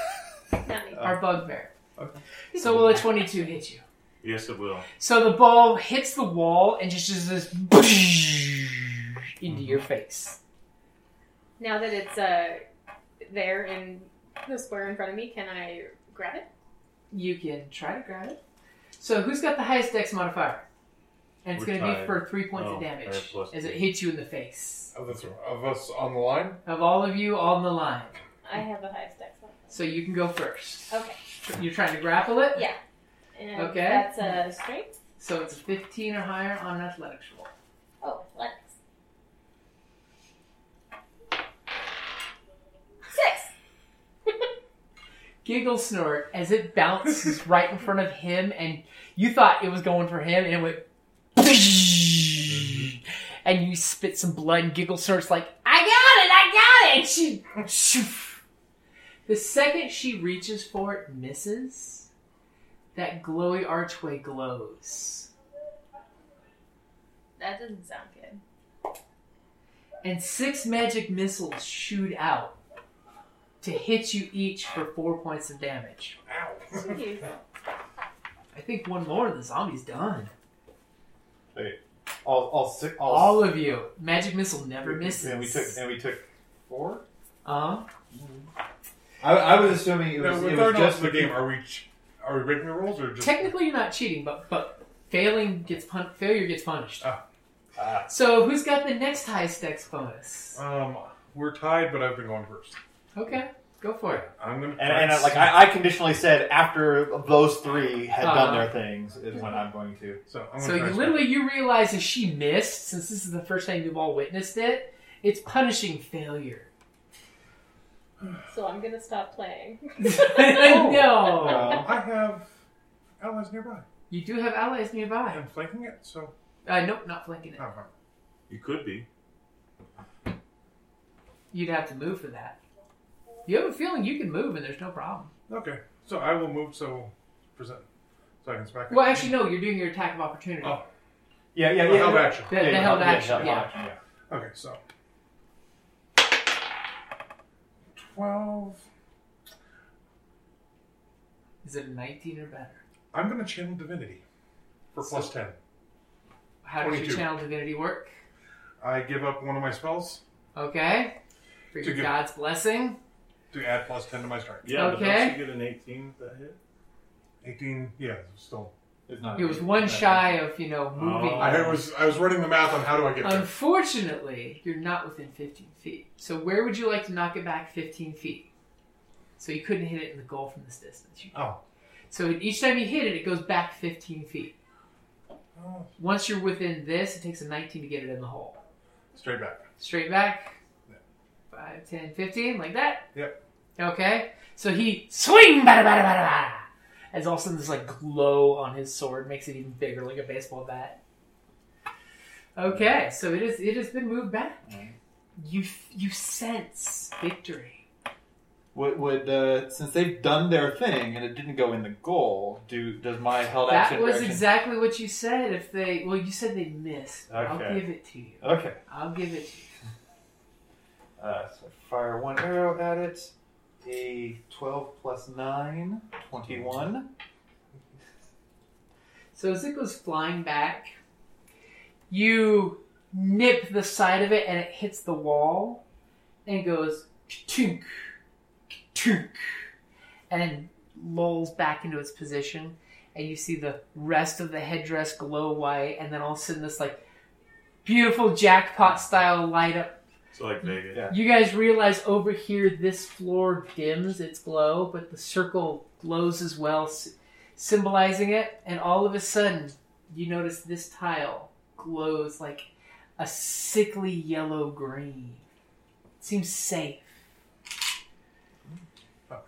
J: Oh.
F: me.
D: Our bugbear. Okay. So will a 22 hit you?
E: Yes, it will.
D: So the ball hits the wall and just does this into your
J: Mm-hmm.
D: face.
F: Now that it's uh, there in the square in front of me, can I grab it?
D: You can try to grab it. So who's got the highest dex modifier? And it's
E: We're
D: going to be
E: tied.
D: for three points
E: Oh,
D: of
E: I have
D: damage
E: plus
D: as it
E: two.
D: hits you in the face.
I: Of, this, of us on the line?
D: Of all of you on the line.
F: I have the highest dex level.
D: So you can go first.
F: Okay.
D: You're trying to grapple it?
F: Yeah. And
D: Okay.
F: That's a strength.
D: So it's a 15 or higher on an athletics roll.
F: Oh, athletics. Six.
D: Giggle snort as it bounces right in front of him, and you thought it was going for him, and it went. (laughs) And you spit some blood, and Giggle snort's like, I got it, I got it! She. shoof. The second she reaches for it, misses, that glowy archway glows.
F: That doesn't sound good.
D: and six magic missiles shoot out to hit you each for four points of damage.
F: Jeez.
D: I think one more and the zombie's done.
J: all, all six. All,
D: All of you. Magic missile never misses.
J: And we took. And we took four.
D: Uh-huh.
J: I, I was assuming it
I: No,
J: was, it was
I: regardless
J: just
I: of the game, are we ch- are we breaking the rules or just
D: Technically, you're not cheating, but but failing gets pun- failure gets punished.
I: Ah.
J: Ah.
D: So who's got the next highest dex bonus?
I: um we're tied, but I've been going first.
D: Okay, go for it.
I: I'm gonna
J: And, and I, like I, I conditionally said after those three had done their things is when I'm going to.
I: so I'm gonna
D: So
I: try
D: you, literally, you realize as she missed, since this is the first time you've all witnessed it, it's punishing failure.
F: So I'm gonna stop playing.
D: no.
I: Uh, I have allies nearby.
D: You do have allies nearby.
I: I'm flanking it, so
D: Uh, nope, not flanking it.
I: oh,
E: You could be.
D: You'd have to move for that. You have a feeling you can move and there's no problem.
I: okay. So I will move so present so I can smack it.
D: Well, actually, no, you're doing your attack of opportunity.
I: Oh.
J: Yeah, yeah,
I: Well,
J: yeah.
I: held
J: yeah.
I: action.
D: The, the
J: yeah,
D: held
J: yeah,
D: action,
J: held
D: yeah.
J: action,
I: Okay, so twelve
D: Is it a 19 or better?
I: I'm gonna channel divinity for plus ten.
D: How does your
I: 22.
D: channel divinity work?
I: I give up one of my spells
D: Okay. For
I: To
D: your
I: give-
D: God's blessing.
I: to add plus ten to my strength.
E: Yeah,
D: Okay.
E: but don't you get an 18 with that hit?
I: Eighteen, yeah, still.
J: It's not-
D: He was one shy of, you know, moving.
E: Oh.
I: I had- was I was running the math on how do I get there.
D: Unfortunately, you're not within 15 feet. So where would you like to knock it back 15 feet? So you couldn't hit it in the goal from this distance. You-
I: Oh.
D: So each time you hit it, it goes back 15 feet.
I: Oh,
D: Once you're within this, it takes a 19 to get it in the hole.
I: straight back.
D: Straight back.
I: Yeah.
D: 5, 10, 15, like that.
I: Yep.
D: Okay. So he swing, bada, bada, bada, bada. As all of a sudden, this like glow on his sword makes it even bigger, like a baseball bat. Okay, so it is. It has been moved back. You you sense victory.
J: Would, would uh, since they've done their thing and it didn't go in the goal, do does my held
D: That
J: action?
D: was
J: action-
D: exactly what you said. If they well, you said they missed. I'll
J: Okay.
D: give it to you.
J: Okay.
D: I'll give it. to you.
J: Uh, so fire one arrow at it. A 12 plus 9, 21.
D: So as it goes flying back, you nip the side of it and it hits the wall and goes tunk tunk and then lolls back into its position and you see the rest of the headdress glow white and then all of a sudden this like beautiful jackpot style light up
E: It's like Vegas.
D: you guys realize over here this floor dims its glow, but the circle glows as well, s- symbolizing it. And all of a sudden, you notice this tile glows like a sickly yellow green. seems safe.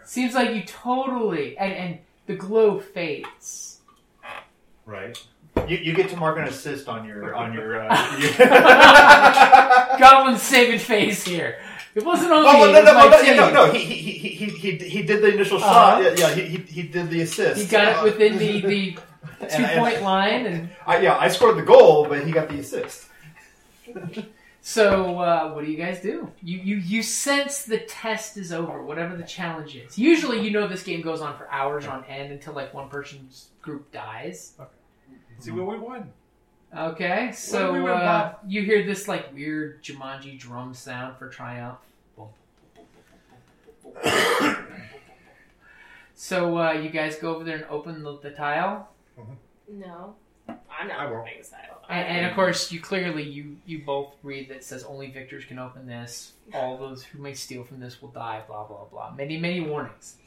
D: Seems like you totally and, and the glow fades.
E: Right.
J: You, you get to mark an assist on your on your.
D: (laughs)
J: Uh, (laughs)
D: Goblin saving face here. It wasn't on
J: Oh,
D: me.
J: well,
D: it
J: no, no,
D: was my
J: no, no, yeah,
D: team.
J: no, no. He, he, he, he, he, he did the initial shot.
D: Uh-huh.
J: Yeah, yeah he, he, he did the assist.
D: He got
J: Uh,
D: it within the, the
J: (laughs) And
D: two
J: I-
D: point line, and
J: I, yeah, I scored the goal, but he got the assist.
D: so uh, what do you guys do? You, you you sense the test is over, whatever the challenge is. Usually, you know this game goes on for hours on end until like one person's group dies.
I: See what we won.
D: Okay,
I: Well, we
D: so
I: went
D: uh, you hear this like weird Jumanji drum sound for triumph. (coughs) So uh, you guys go over there and open the, the tile.
F: No, I'm not
I: I won't.
F: opening this aisle.
D: And, and of course, you clearly you you both read that says only victors can open this. All those who may steal from this will die. Blah blah blah. Many many warnings.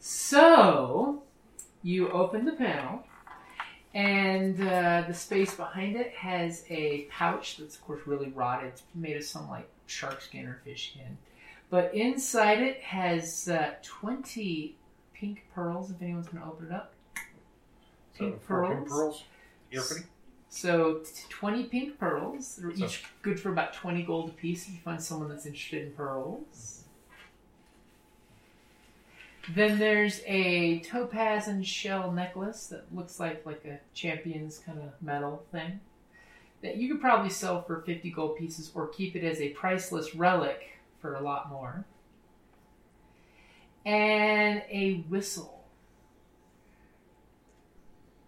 D: So you open the panel, and uh, the space behind it has a pouch that's of course really rotted, It's made of some like shark skin or fish skin. But inside it has uh, twenty pink pearls. If anyone's going to open it up, pink
I: four
D: pearls.
I: pink pearls. Everybody?
D: So t- twenty pink pearls, they're
I: So-
D: each good for about twenty gold apiece. If you find someone that's interested in pearls, then there's a topaz and shell necklace that looks like like a champion's kind of metal thing that you could probably sell for fifty gold pieces or keep it as a priceless relic for a lot more. And a whistle.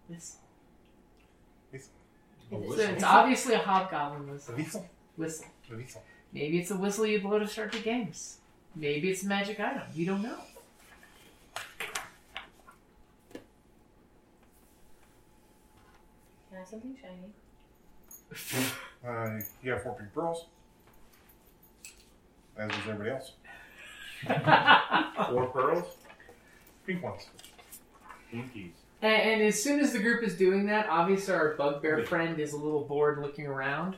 D: Whistle. So it's obviously a hobgoblin
I: A
D: whistle.
I: weasel?
D: whistle.
I: A weasel.
D: Maybe it's a whistle you blow to start the games. Maybe it's a magic item. You don't know.
F: Can I have something shiny?
I: Uh, you have four pink pearls. As does everybody else.
E: Four pearls?
I: Pink ones.
E: Pinkies.
D: And, and as soon as the group is doing that, obviously our bugbear friend is a little bored looking around.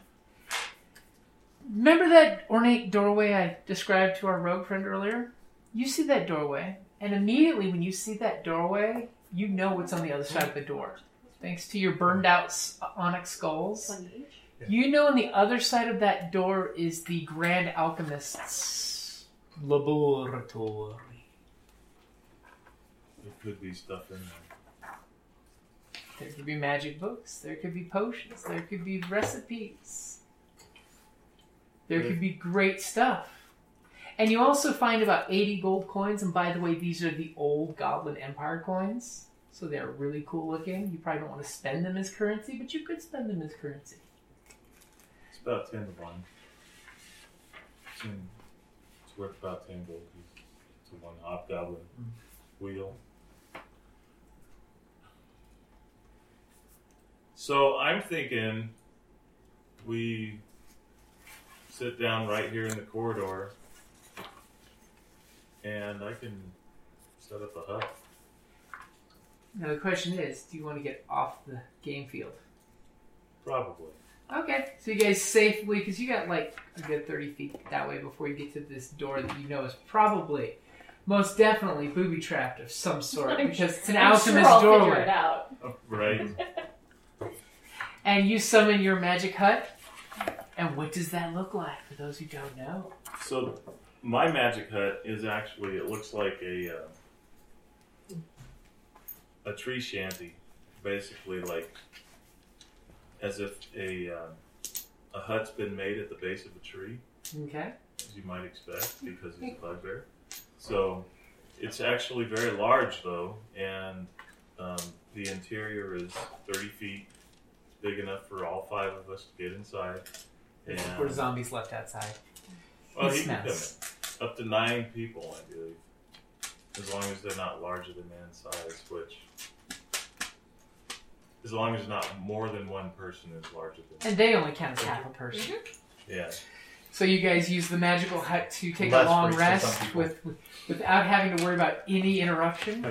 D: Remember that ornate doorway I described to our rogue friend earlier? You see that doorway, and immediately when you see that doorway, you know what's on the other side of the door. Thanks to your burned out s- onyx skulls.
F: One each.
D: You know, on the other side of that door is the Grand Alchemist's laboratory.
E: There could be stuff in there.
D: There could be magic books, there could be potions, there could be recipes, there could be great stuff. And you also find about 80 gold coins, and by the way, these are the old Goblin Empire coins, so they're really cool looking. You probably don't want to spend them as currency, but you could spend them as currency.
E: It's about 10 to 1. It's, in, it's worth about 10 gold pieces to one hobgoblin wheel. So I'm thinking we sit down right here in the corridor and I can set up a hut.
D: Now, the question is do you want to get off the game field?
E: Probably. (laughs)
D: Okay, so you guys safely, because you got like a good 30 feet that way before you get to this door that you know is probably, most definitely, booby trapped of some
F: (laughs)
D: sort
F: I'm-
D: because it's an
F: I'm sure
D: alchemist
F: I'll figure it
D: doorway.
F: out.
E: Right?
D: And you summon your magic hut. And what does that look like for those who don't know?
E: So, my magic hut is actually it looks like a uh, a tree shanty, basically like as if a um a hut's been made at the base of a tree,
D: Okay.
E: as you might expect, because he's a bugbear. So, it's actually very large though, and um, the interior is thirty feet, big enough for all five of us to get inside.
D: There's
E: And-
D: four zombies left outside.
E: well,
D: It's
E: you can
D: nice.
E: come in. Up to nine people, I believe. As long as they're not larger than man size, which as long as not more than one person is larger than.
D: And they only count as half a
F: Mm-hmm.
D: person.
E: Yeah.
D: So you guys use the magical hut to take
E: Less
D: a long
E: works for some
D: rest
E: people.
D: with, with without having to worry about any interruption.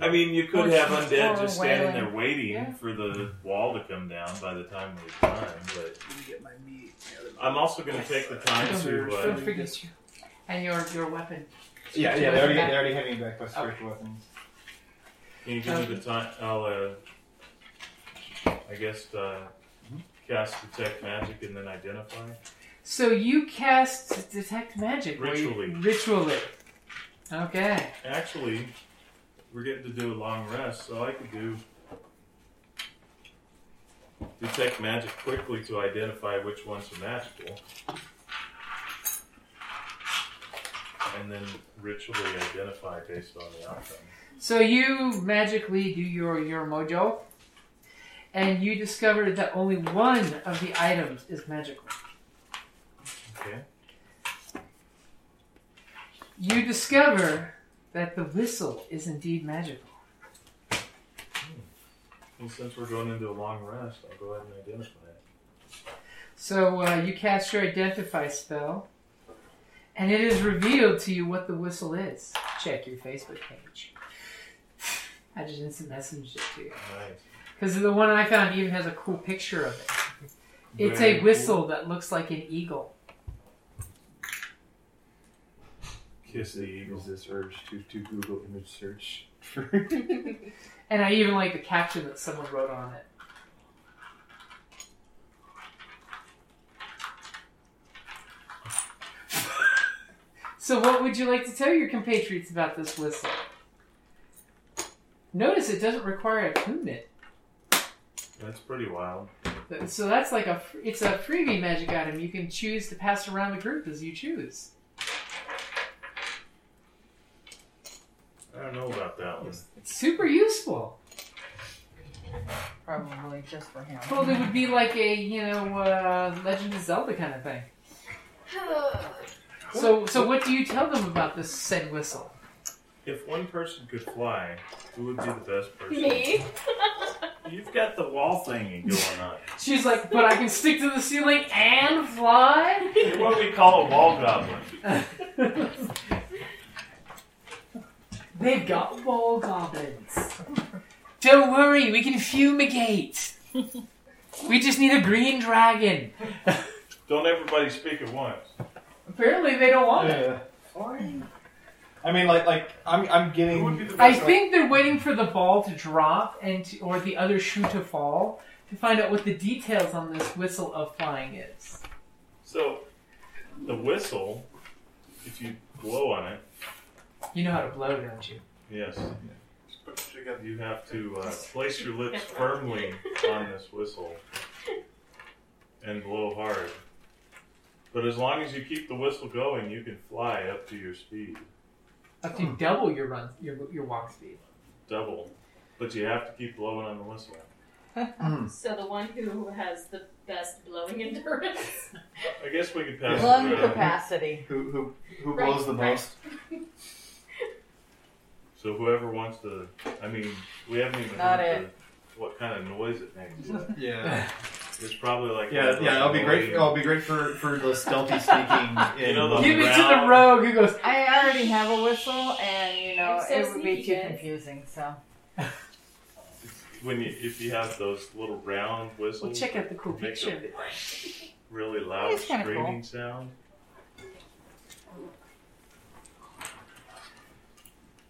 E: I mean, you could
D: Or
E: have
D: she's
E: undead
D: far
E: just
D: away.
E: standing there waiting
D: Yeah.
E: for the wall to come down by the time we climb, but. I'm also going to take the time
D: Don't-
E: to.
D: don't
E: Uh,
D: forget you. And your your weapon.
J: Yeah,
D: Your
J: yeah, they
D: weapon
J: already,
D: back.
J: they already have me back by spiritual weapons.
E: can you give me the time? I'll, uh, I guess, uh,
D: Mm-hmm.
E: cast detect magic and then identify.
D: So you cast detect magic. where you-
E: Ritually.
D: Ritually. Okay.
E: Actually, we're getting to do a long rest, so I could do detect magic quickly to identify which ones are magical, and then ritually identify based on the outcome.
D: So you magically do your your mojo, and you discover that only one of the items is magical.
E: Okay.
D: You discover that the whistle is indeed magical.
E: And since we're going into a long rest, I'll go ahead and identify it.
D: So uh, you cast your identify spell, and it is revealed to you what the whistle is. Check your Facebook page. I just instant messaged it to you.
E: Nice.
D: Because the one I found even has a cool picture of it. It's
E: Very
D: a
E: cool.
D: whistle that looks like an eagle.
E: Kiss the eagle.
J: Use this urge to, to Google image search.
D: And I even like the caption that someone wrote on it. (laughs) so, what would you like to tell your compatriots about this whistle? Notice it doesn't require a attunement,
E: That's pretty wild.
D: so that's like a fr- it's a freebie magic item you can choose to pass around the group as you choose.
E: I don't know about that one.
D: It's super useful.
G: Probably just for him.
D: Well, it would be like a you know uh, Legend of Zelda kind of thing. So, so what do you tell them about this said whistle?
E: If one person could fly, who would be the best
F: (laughs)
E: person?
F: Me?
E: You've got the wall thingy going on.
D: She's like, but I can stick to the ceiling and fly.
E: You're what we call a wall goblin.
D: They've got wall goblins. Don't worry, we can fumigate. We just need a green dragon.
E: Don't everybody speak at once.
D: Apparently, they don't want it.
J: Yeah. Fine. I mean, like, like I'm, I'm
E: Who would be
J: getting.
E: the
D: I
E: best?
D: think they're waiting for the ball to drop and to, or the other shoe to fall to find out what the details on this whistle of flying is.
E: So, the whistle, if you blow on it,
D: You know how to blow, don't you?
E: yes, you have to uh, place your lips firmly on this whistle and blow hard. But as long as you keep the whistle going, you can fly up to your speed,
D: Up to double your run, your your walk speed.
E: double. But you have to keep blowing on the whistle.
F: So the one who has the best blowing endurance. (laughs)
E: I guess we could pass
B: Lung
E: it around.
B: capacity.
J: Who, who, who
F: Right,
J: blows the
F: right.
E: (laughs)
J: most?
E: So whoever wants to, I mean, we haven't even
B: Not
E: heard the, what kind of noise it makes. yet.
J: Yeah.
E: It's probably like
J: (laughs) Yeah, yeah. That'll be great. That'll be great for for the stealthy sneaking. In,
E: (laughs) You know, the-
D: Give it to the
E: Round.
D: rogue who goes.
G: I already have a whistle, and you know
F: I'm so
G: it would be
F: sneaky,
G: too
F: guys.
G: confusing. So
E: when you if you have those little round whistles.
D: Well, check out the cool
E: that make
D: picture.
E: a
D: of it.
E: Really loud
B: It's kinda
E: screaming
B: cool.
E: sound.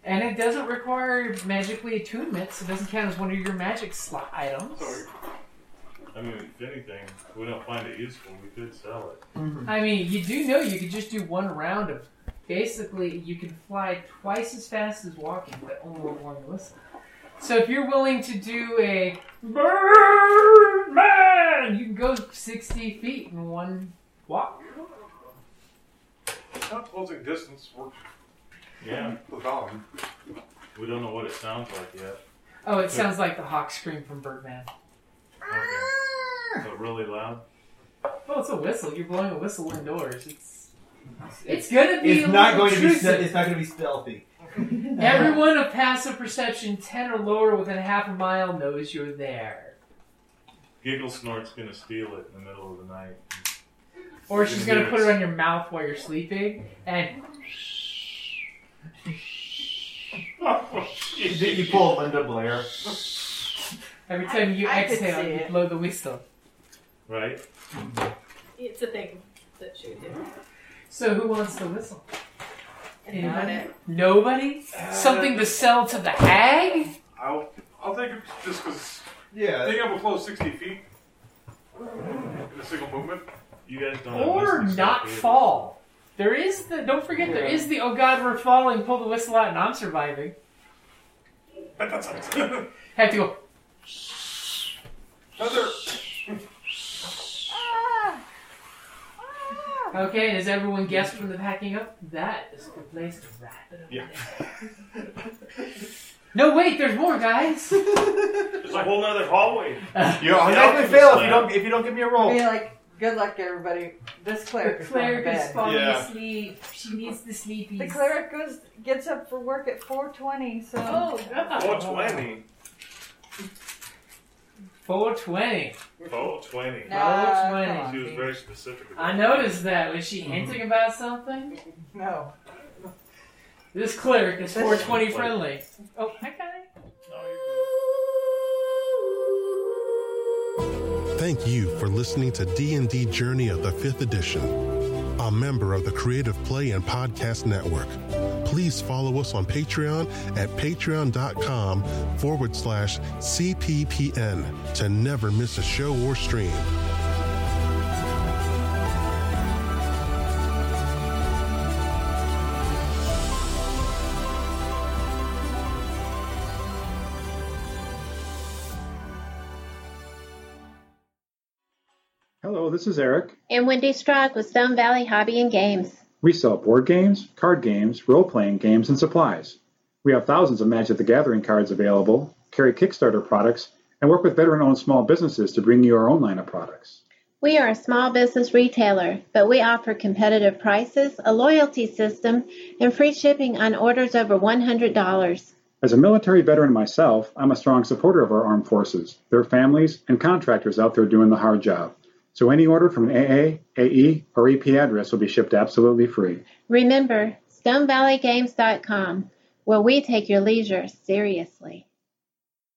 D: And it doesn't require magically attunement, so it doesn't count as one of your magic slot items.
E: I mean, if anything, if we don't find it useful, we could sell it.
J: Hmm.
D: I mean, you do know you could just do one round of. Basically, you can fly twice as fast as walking, but only with one whistle. So if you're willing to do a Birdman, you can go 60 feet in one walk.
I: Not closing distance works
E: Yeah,
I: for the dog.
E: we don't know what it sounds like yet.
D: Oh, it sounds like the hawk scream from Birdman.
E: Okay. But really loud.
D: Well, Oh, it's a whistle. You're blowing a whistle indoors. It's it's gonna be
J: It's
D: a
J: not
D: little
J: going to be.
D: intrusive.
J: Ste- it's not going to be stealthy.
D: Uh-huh. Everyone of passive perception ten or lower within half a mile knows you're there.
E: Giggle Snort's gonna steal it in the middle of the night.
D: Or she's gonna put it on your mouth while you're sleeping, and
H: you pull Linda Blair.
D: every time you
F: I- I could
D: exhale,
F: see
D: you
F: it.
D: blow the whistle.
E: Right?
F: It's a thing that she would do.
D: So who wants the whistle?
F: And not
D: Anybody?
F: it.
D: Nobody? Something to sell to the hag?
K: I'll, I'll take it just because I
H: Yeah.
K: think I'm a flow 60 feet in a single movement.
E: You guys don't have
D: Or
E: listening stuff
D: not
E: either.
D: fall. There is the don't forget there is the oh god we're falling, pull the whistle out and I'm surviving.
K: But (laughs) that's another.
D: Have to go Okay, and has everyone guessed from the packing up? That is a good place to wrap it up.
E: Yeah.
D: (laughs) No wait, there's more guys.
E: There's a whole nother hallway.
H: (laughs) Yo, I'm not gonna fail if you don't if you don't give me a
B: Oh.
H: roll.
G: Be like, good luck, everybody. This cleric
D: the
G: is going to
D: cleric is
G: bed.
D: falling
H: Yeah.
D: asleep. She needs the sleepies.
G: The cleric goes gets up for work at 4:20. So
F: Oh, God.
E: 420.
D: 420.
E: 420.
G: No,
D: Roll
G: come
D: 20.
G: on,
E: She was
G: dude.
E: very specific. About
D: I
E: it.
D: noticed that. Was she hinting about something?
G: no.
D: This cleric is 420 friendly.
G: Oh, hi, Connie.
A: Thank you for listening to D&D Journey of the 5th Edition, a member of the Creative Play and Podcast Network. Please follow us on Patreon at patreon.com forward slash CPPN to never miss a show or stream.
I: Hello, this is Eric.
L: And Wendy Strock with Stone Valley Hobby and Games.
I: We sell board games, card games, role playing games, and supplies. We have thousands of Magic the Gathering cards available, carry Kickstarter products, and work with veteran owned small businesses to bring you our own line of products.
L: We are a small business retailer, but we offer competitive prices, a loyalty system, and free shipping on orders over $100.
I: As a military veteran myself, I'm a strong supporter of our armed forces, their families, and contractors out there doing the hard job. So any order from an AA, AE, E, or EP address will be shipped absolutely free.
L: Remember, StoneValleyGames.com, where we take your leisure seriously.